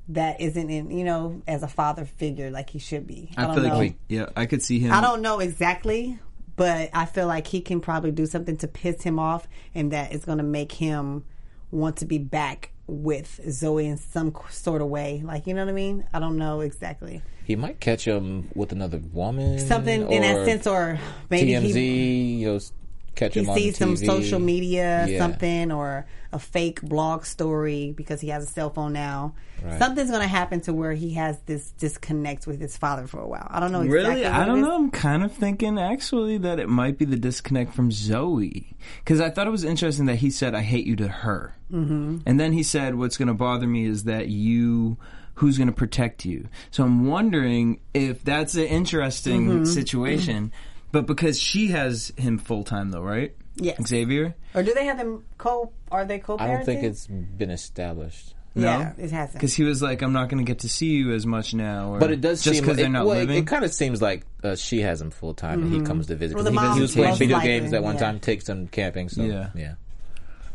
[SPEAKER 4] that isn't in you know as a father figure like he should be. I,
[SPEAKER 3] I
[SPEAKER 4] don't
[SPEAKER 3] feel
[SPEAKER 4] know.
[SPEAKER 3] like we, yeah, I could see him.
[SPEAKER 4] I don't know exactly, but I feel like he can probably do something to piss him off, and that is going to make him want to be back with Zoe in some sort of way. Like, you know what I mean? I don't know exactly.
[SPEAKER 2] He might catch him with another woman.
[SPEAKER 4] Something in that
[SPEAKER 2] or
[SPEAKER 4] sense, or maybe
[SPEAKER 2] TMZ,
[SPEAKER 4] he.
[SPEAKER 2] you know, s- catch
[SPEAKER 4] He
[SPEAKER 2] him on
[SPEAKER 4] sees some
[SPEAKER 2] TV.
[SPEAKER 4] social media,
[SPEAKER 2] Yeah.
[SPEAKER 4] something, or a fake blog story because he has a cell phone now. Something's going to happen to where he has this disconnect with his father for a while. I don't know exactly.
[SPEAKER 3] Really,
[SPEAKER 4] what
[SPEAKER 3] I
[SPEAKER 4] it
[SPEAKER 3] don't
[SPEAKER 4] is.
[SPEAKER 3] know. I'm kind of thinking actually that it might be the disconnect from Zoe because I thought it was interesting that he said "I hate you" to her, mm-hmm. and then he said, "What's going to bother me is that you." Who's going to protect you? So I'm wondering if that's an interesting
[SPEAKER 4] Mm-hmm.
[SPEAKER 3] situation, but because she has him full time though, right?
[SPEAKER 4] Yes.
[SPEAKER 3] Xavier.
[SPEAKER 4] Or do they have them co? Are they co?
[SPEAKER 2] I don't think it's been established.
[SPEAKER 4] Yeah,
[SPEAKER 3] No?
[SPEAKER 4] it hasn't.
[SPEAKER 3] Because he was like, "I'm not going to get to see you as much now," or
[SPEAKER 2] But it does
[SPEAKER 3] just
[SPEAKER 2] seem
[SPEAKER 3] because
[SPEAKER 2] it,
[SPEAKER 3] they're not
[SPEAKER 2] well, it-
[SPEAKER 3] living.
[SPEAKER 2] It, kind of seems like uh, she has him full time and he comes to visit. 'Cause
[SPEAKER 4] Mm-hmm. Well, the
[SPEAKER 2] he,
[SPEAKER 4] mom
[SPEAKER 2] he was playing
[SPEAKER 4] most
[SPEAKER 2] video
[SPEAKER 4] likely,
[SPEAKER 2] games at one
[SPEAKER 4] yeah.
[SPEAKER 2] time, takes him camping. So
[SPEAKER 3] Yeah.
[SPEAKER 2] yeah.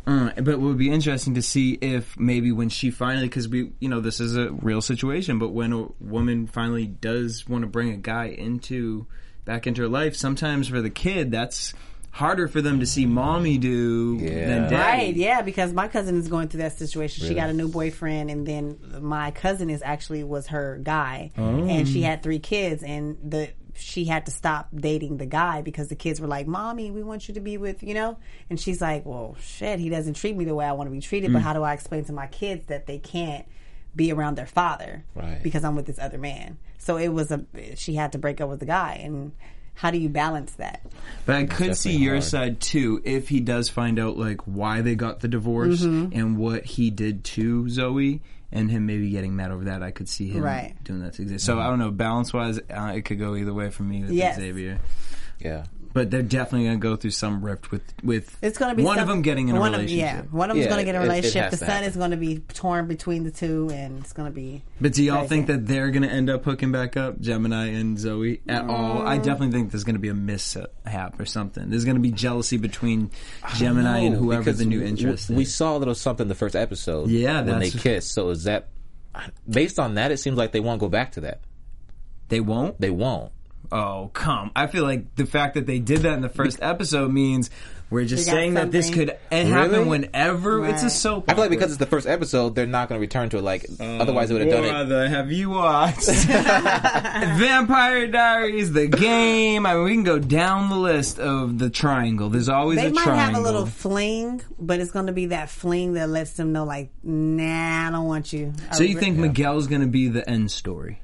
[SPEAKER 3] Mm, but it would be interesting to see if maybe when she finally, because we, you know, this is a real situation, but when a woman finally does want to bring a guy into back into her life, sometimes for the kid, that's harder for them to see mommy do
[SPEAKER 2] Yeah.
[SPEAKER 3] than daddy.
[SPEAKER 4] Right, yeah, because my cousin is going through that situation. She got a new boyfriend, and then my cousin is actually was her guy, and she had three kids, and the she had to stop dating the guy because the kids were like, "Mommy, we want you to be with," you know, and she's like, "Well, shit, he doesn't treat me the way I want to be treated, but how do I explain to my kids that they can't?" be around their father
[SPEAKER 2] Right.
[SPEAKER 4] because I'm with this other man. So it was a she had to break up with the guy and how do you balance that?
[SPEAKER 3] But I could see
[SPEAKER 2] definitely
[SPEAKER 3] your
[SPEAKER 2] hard.
[SPEAKER 3] side too if he does find out like why they got the divorce
[SPEAKER 4] Mm-hmm.
[SPEAKER 3] and what he did to Zoe and him maybe getting mad over that. I could see him
[SPEAKER 4] Right.
[SPEAKER 3] doing that to Xavier. So
[SPEAKER 2] Mm-hmm.
[SPEAKER 3] I don't know. Balance wise, uh, it could go either way for me with
[SPEAKER 4] Yes.
[SPEAKER 3] Xavier.
[SPEAKER 2] Yeah.
[SPEAKER 3] But they're definitely going to go through some rift with with
[SPEAKER 4] It's going to be
[SPEAKER 3] one
[SPEAKER 4] some-
[SPEAKER 3] of them getting in a
[SPEAKER 4] one of-
[SPEAKER 3] relationship.
[SPEAKER 4] yeah, one of them's
[SPEAKER 2] Yeah,
[SPEAKER 4] going to get in a
[SPEAKER 2] it- it
[SPEAKER 4] relationship.
[SPEAKER 2] has
[SPEAKER 4] the
[SPEAKER 2] to
[SPEAKER 4] son
[SPEAKER 2] happen.
[SPEAKER 4] is going to be torn between the two, and it's going to be.
[SPEAKER 3] But do y'all
[SPEAKER 4] Crazy.
[SPEAKER 3] think that they're going to end up hooking back up, Gemini and Zoe, at all?
[SPEAKER 4] Mm.
[SPEAKER 3] I definitely think there's going to be a mishap or something. There's going to be jealousy between Gemini and
[SPEAKER 2] No,
[SPEAKER 3] whoever
[SPEAKER 2] because
[SPEAKER 3] the new
[SPEAKER 2] w-
[SPEAKER 3] interest
[SPEAKER 2] We
[SPEAKER 3] is.
[SPEAKER 2] saw a little something the first episode.
[SPEAKER 3] Yeah,
[SPEAKER 2] when they
[SPEAKER 3] that's-
[SPEAKER 2] kissed. So is that based on that? It seems like they won't go back to that.
[SPEAKER 3] They won't.
[SPEAKER 2] They won't.
[SPEAKER 3] Oh, come. I feel like the fact that they did that in the first episode means we're just
[SPEAKER 4] They got
[SPEAKER 3] saying that this
[SPEAKER 4] something.
[SPEAKER 3] could e- happen
[SPEAKER 2] Really?
[SPEAKER 3] whenever. It's a
[SPEAKER 4] Right.
[SPEAKER 3] soap.
[SPEAKER 2] I feel like
[SPEAKER 3] opera.
[SPEAKER 2] because it's the first episode, they're not going to return to it. Like
[SPEAKER 3] Um,
[SPEAKER 2] otherwise, they would have done it.
[SPEAKER 3] Brother, have you watched Vampire Diaries, The Game? I mean, we can go down the list of the triangle. There's always
[SPEAKER 4] They
[SPEAKER 3] a
[SPEAKER 4] might
[SPEAKER 3] triangle.
[SPEAKER 4] have a little fling, but it's going to be that fling that lets them know, like, nah, I don't want you. I
[SPEAKER 3] so you
[SPEAKER 4] re-
[SPEAKER 3] think Miguel's going to be the end story?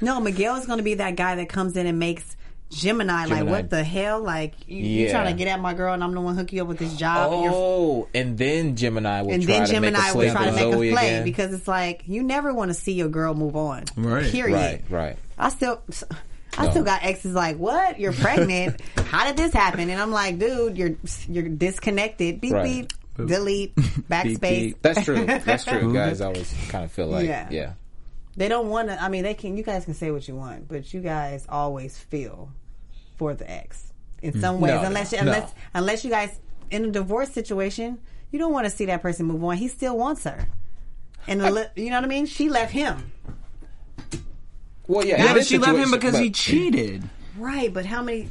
[SPEAKER 4] No, Miguel is going to be that guy that comes in and makes. Gemini, like
[SPEAKER 2] Gemini.
[SPEAKER 4] what the hell? Like you, you
[SPEAKER 2] Yeah.
[SPEAKER 4] trying to get at my girl, and I'm the one hooking you up with this job. and you're-
[SPEAKER 2] Oh, and then Gemini will
[SPEAKER 4] and
[SPEAKER 2] try to
[SPEAKER 4] then
[SPEAKER 2] make a
[SPEAKER 4] Gemini
[SPEAKER 2] slave
[SPEAKER 4] will try to
[SPEAKER 2] of
[SPEAKER 4] make
[SPEAKER 2] Zoe
[SPEAKER 4] a play
[SPEAKER 2] again.
[SPEAKER 4] because it's like you never want to see your girl move on.
[SPEAKER 3] Right.
[SPEAKER 4] Period.
[SPEAKER 2] right, right.
[SPEAKER 4] I still, I still got exes like, what? You're pregnant? How did this happen? And I'm like, dude, you're you're disconnected. Beep
[SPEAKER 2] Right.
[SPEAKER 4] beep. Delete. Backspace.
[SPEAKER 3] beep.
[SPEAKER 2] That's true. That's true, guys. I always kind of feel like,
[SPEAKER 4] Yeah.
[SPEAKER 2] yeah.
[SPEAKER 4] They don't want to. I mean, they can. You guys can say what you want, but you guys always feel for the ex in some ways,
[SPEAKER 2] No,
[SPEAKER 4] unless you,
[SPEAKER 2] no.
[SPEAKER 4] unless unless you guys in a divorce situation, you don't want to see that person move on. He still wants her, and the li- you know what I mean. She left him,
[SPEAKER 2] Well, yeah.
[SPEAKER 3] Yeah,
[SPEAKER 2] in
[SPEAKER 3] but
[SPEAKER 2] this
[SPEAKER 3] she left
[SPEAKER 2] situation-
[SPEAKER 3] him because
[SPEAKER 2] but-
[SPEAKER 3] he cheated.
[SPEAKER 4] right? But how many?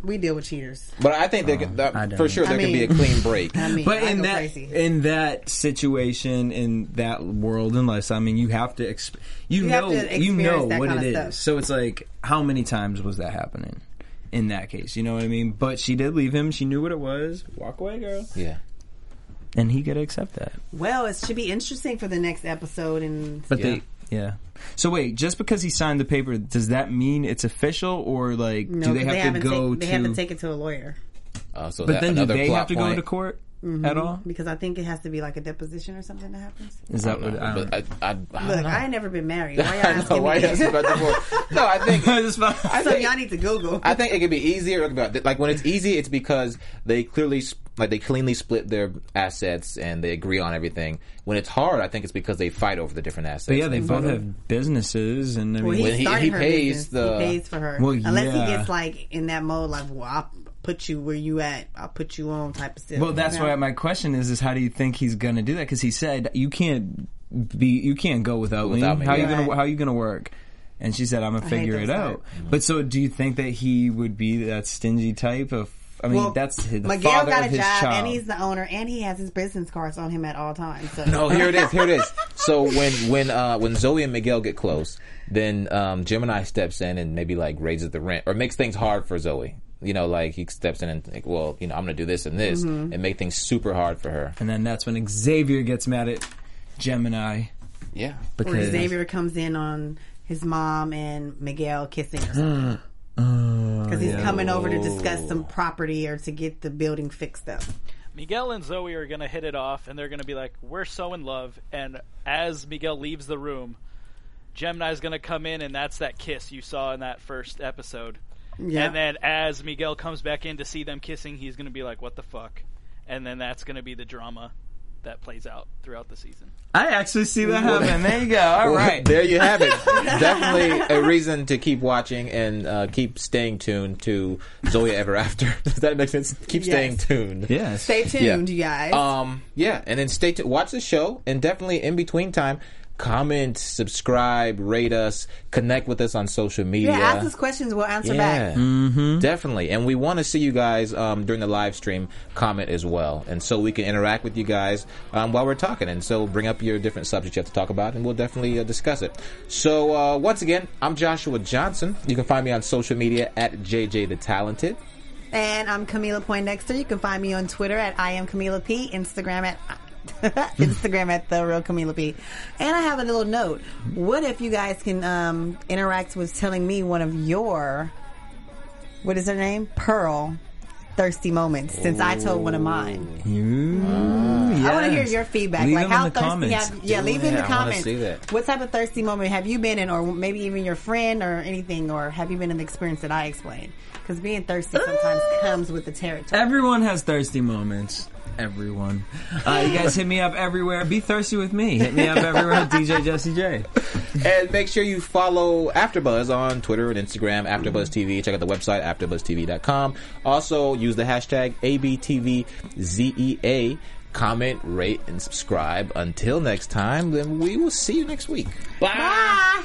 [SPEAKER 4] We deal with cheaters.
[SPEAKER 2] But I think there could, that-
[SPEAKER 3] Oh, I don't
[SPEAKER 2] for sure
[SPEAKER 4] know.
[SPEAKER 2] there
[SPEAKER 4] I
[SPEAKER 2] could be a
[SPEAKER 4] mean-
[SPEAKER 2] clean break.
[SPEAKER 4] I mean,
[SPEAKER 3] But
[SPEAKER 4] I
[SPEAKER 3] in
[SPEAKER 4] go
[SPEAKER 3] that
[SPEAKER 4] crazy.
[SPEAKER 3] in that situation in that world and lifestyle, I mean, you have to exp- you,
[SPEAKER 4] You have
[SPEAKER 3] know
[SPEAKER 4] to
[SPEAKER 3] you know
[SPEAKER 4] experience that
[SPEAKER 3] what it
[SPEAKER 4] kinda
[SPEAKER 3] is.
[SPEAKER 4] stuff.
[SPEAKER 3] So it's like how many times was that happening in that case? You know what I mean? But she did leave him. She knew what it was. Walk away, girl.
[SPEAKER 2] yeah.
[SPEAKER 3] And he got to accept that.
[SPEAKER 4] well, it should be interesting for the next episode, and
[SPEAKER 3] But
[SPEAKER 2] Yeah.
[SPEAKER 3] they yeah. So wait, just because he signed the paper, does that mean it's official or like
[SPEAKER 4] you know,
[SPEAKER 3] do they
[SPEAKER 4] 'cause
[SPEAKER 3] have
[SPEAKER 4] they
[SPEAKER 3] to
[SPEAKER 4] haven't
[SPEAKER 3] go
[SPEAKER 4] take,
[SPEAKER 3] to
[SPEAKER 4] they haven't taken to a lawyer
[SPEAKER 2] Uh, so
[SPEAKER 3] But
[SPEAKER 2] that,
[SPEAKER 3] then do
[SPEAKER 2] another
[SPEAKER 3] they
[SPEAKER 2] plot
[SPEAKER 3] have to go
[SPEAKER 2] point.
[SPEAKER 3] to court
[SPEAKER 4] Mm-hmm.
[SPEAKER 3] at all?
[SPEAKER 4] because I think it has to be like a deposition or something that happens.
[SPEAKER 3] Is that what I don't
[SPEAKER 2] But I, I, I
[SPEAKER 4] Look,
[SPEAKER 2] don't know.
[SPEAKER 4] I ain't never been married. Why y'all
[SPEAKER 2] I know
[SPEAKER 4] asking
[SPEAKER 2] why
[SPEAKER 4] me?
[SPEAKER 2] you asking about divorce. No, I think
[SPEAKER 3] know. It's fine.
[SPEAKER 2] I
[SPEAKER 4] so
[SPEAKER 2] think,
[SPEAKER 4] y'all need to Google.
[SPEAKER 2] I think it could be easier. About like when it's easy, it's because they clearly sp- like they cleanly split their assets and they agree on everything. When it's hard, I think it's because they fight over the different assets.
[SPEAKER 3] But yeah, they both have businesses, and I mean,
[SPEAKER 4] Well, he,
[SPEAKER 2] When he-
[SPEAKER 4] started
[SPEAKER 2] he
[SPEAKER 4] her
[SPEAKER 2] pays
[SPEAKER 4] business.
[SPEAKER 2] the-
[SPEAKER 4] he pays for her.
[SPEAKER 3] Well,
[SPEAKER 4] Unless
[SPEAKER 3] yeah.
[SPEAKER 4] he gets like in that mode, like, well, I'll put you where you at. I'll put you on type of stuff.
[SPEAKER 3] well, that's
[SPEAKER 4] You know?
[SPEAKER 3] why my question is: is how do you think he's gonna do that? Because he said you can't be, you can't go without,
[SPEAKER 2] Without
[SPEAKER 3] me.
[SPEAKER 2] me,
[SPEAKER 3] How you
[SPEAKER 4] yeah.
[SPEAKER 3] gonna, how you gonna work? And she said, "I'm gonna
[SPEAKER 4] hate
[SPEAKER 3] figure
[SPEAKER 4] those
[SPEAKER 3] it out." But so, do you think that he would be that stingy type of? I mean,
[SPEAKER 4] Well,
[SPEAKER 3] that's his, the
[SPEAKER 4] Miguel
[SPEAKER 3] father
[SPEAKER 4] got
[SPEAKER 3] of
[SPEAKER 4] a
[SPEAKER 3] his
[SPEAKER 4] job,
[SPEAKER 3] child.
[SPEAKER 4] and he's the owner, and he has his business cards on him at all times. So.
[SPEAKER 2] No, Oh, here it is. Here it is. So when when uh, when Zoe and Miguel get close, then um, Gemini steps in and maybe like raises the rent or makes things hard for Zoe. You know, like he steps in and like, well, you know, I'm gonna do this and this
[SPEAKER 3] Mm-hmm.
[SPEAKER 2] and make things super hard for her.
[SPEAKER 3] and then that's when Xavier gets mad at Gemini
[SPEAKER 2] Yeah,
[SPEAKER 4] Where
[SPEAKER 3] because
[SPEAKER 4] Xavier comes in on his mom and Miguel kissing or something.
[SPEAKER 2] Uh,
[SPEAKER 4] Because he's coming over to discuss some property or to get the building fixed up.
[SPEAKER 5] Miguel and Zoe are going to hit it off, and they're going to be like, "We're so in love." And as Miguel leaves the room, Gemini's going to come in, and that's that kiss you saw in that first episode.
[SPEAKER 4] Yeah.
[SPEAKER 5] And then as Miguel comes back in to see them kissing, he's going to be like, "What the fuck?" And then that's going to be the drama that plays out throughout the season.
[SPEAKER 3] I actually see that happen. There you go. All
[SPEAKER 2] Well,
[SPEAKER 3] right.
[SPEAKER 2] There you have it. Definitely a reason to keep watching and uh, keep staying tuned to Zoya Ever After. Does that make sense? Keep staying tuned.
[SPEAKER 3] Yes.
[SPEAKER 4] Stay tuned, you guys.
[SPEAKER 2] Um, yeah, and then stay tuned. Watch the show, and definitely in between time, comment, subscribe, rate us, connect with us on social media.
[SPEAKER 4] yeah, ask us questions. We'll answer
[SPEAKER 2] Yeah,
[SPEAKER 4] back.
[SPEAKER 2] definitely. And we want to see you guys um, during the live stream comment as well. And so we can interact with you guys um, while we're talking. And so bring up your different subjects you have to talk about, and we'll definitely uh, discuss it. So, uh, once again, I'm Joshua Johnson. You can find me on social media at JJ the Talented.
[SPEAKER 4] And I'm Camila Poindexter. You can find me on Twitter at I am Camila P, Instagram at Instagram at the real Camila P. And I have a little note. What if you guys can um, interact with telling me one of your what is her name? Pearl thirsty moments since I told one of mine. I want to hear your feedback.
[SPEAKER 3] Leave
[SPEAKER 4] like
[SPEAKER 3] them
[SPEAKER 4] how
[SPEAKER 3] in the
[SPEAKER 4] thirsty
[SPEAKER 3] comments.
[SPEAKER 4] have yeah,
[SPEAKER 2] Do
[SPEAKER 4] leave
[SPEAKER 2] it.
[SPEAKER 4] in the
[SPEAKER 2] I wanna
[SPEAKER 4] comments.
[SPEAKER 2] see that.
[SPEAKER 4] What type of thirsty moment have you been in or maybe even your friend or anything or have you been in the experience that I explained? Cuz being thirsty sometimes comes with the territory.
[SPEAKER 3] Everyone has thirsty moments. Everyone. Uh, you guys hit me up everywhere. Be thirsty with me. Hit me up everywhere at DJ Jesse J.
[SPEAKER 2] And make sure you follow AfterBuzz on Twitter and Instagram, AfterBuzz TV. Check out the website, AfterBuzzTV.com. Also, use the hashtag ABTVZEA. E Comment, rate, and subscribe. Until next time, then we will see you next week.
[SPEAKER 4] Bye.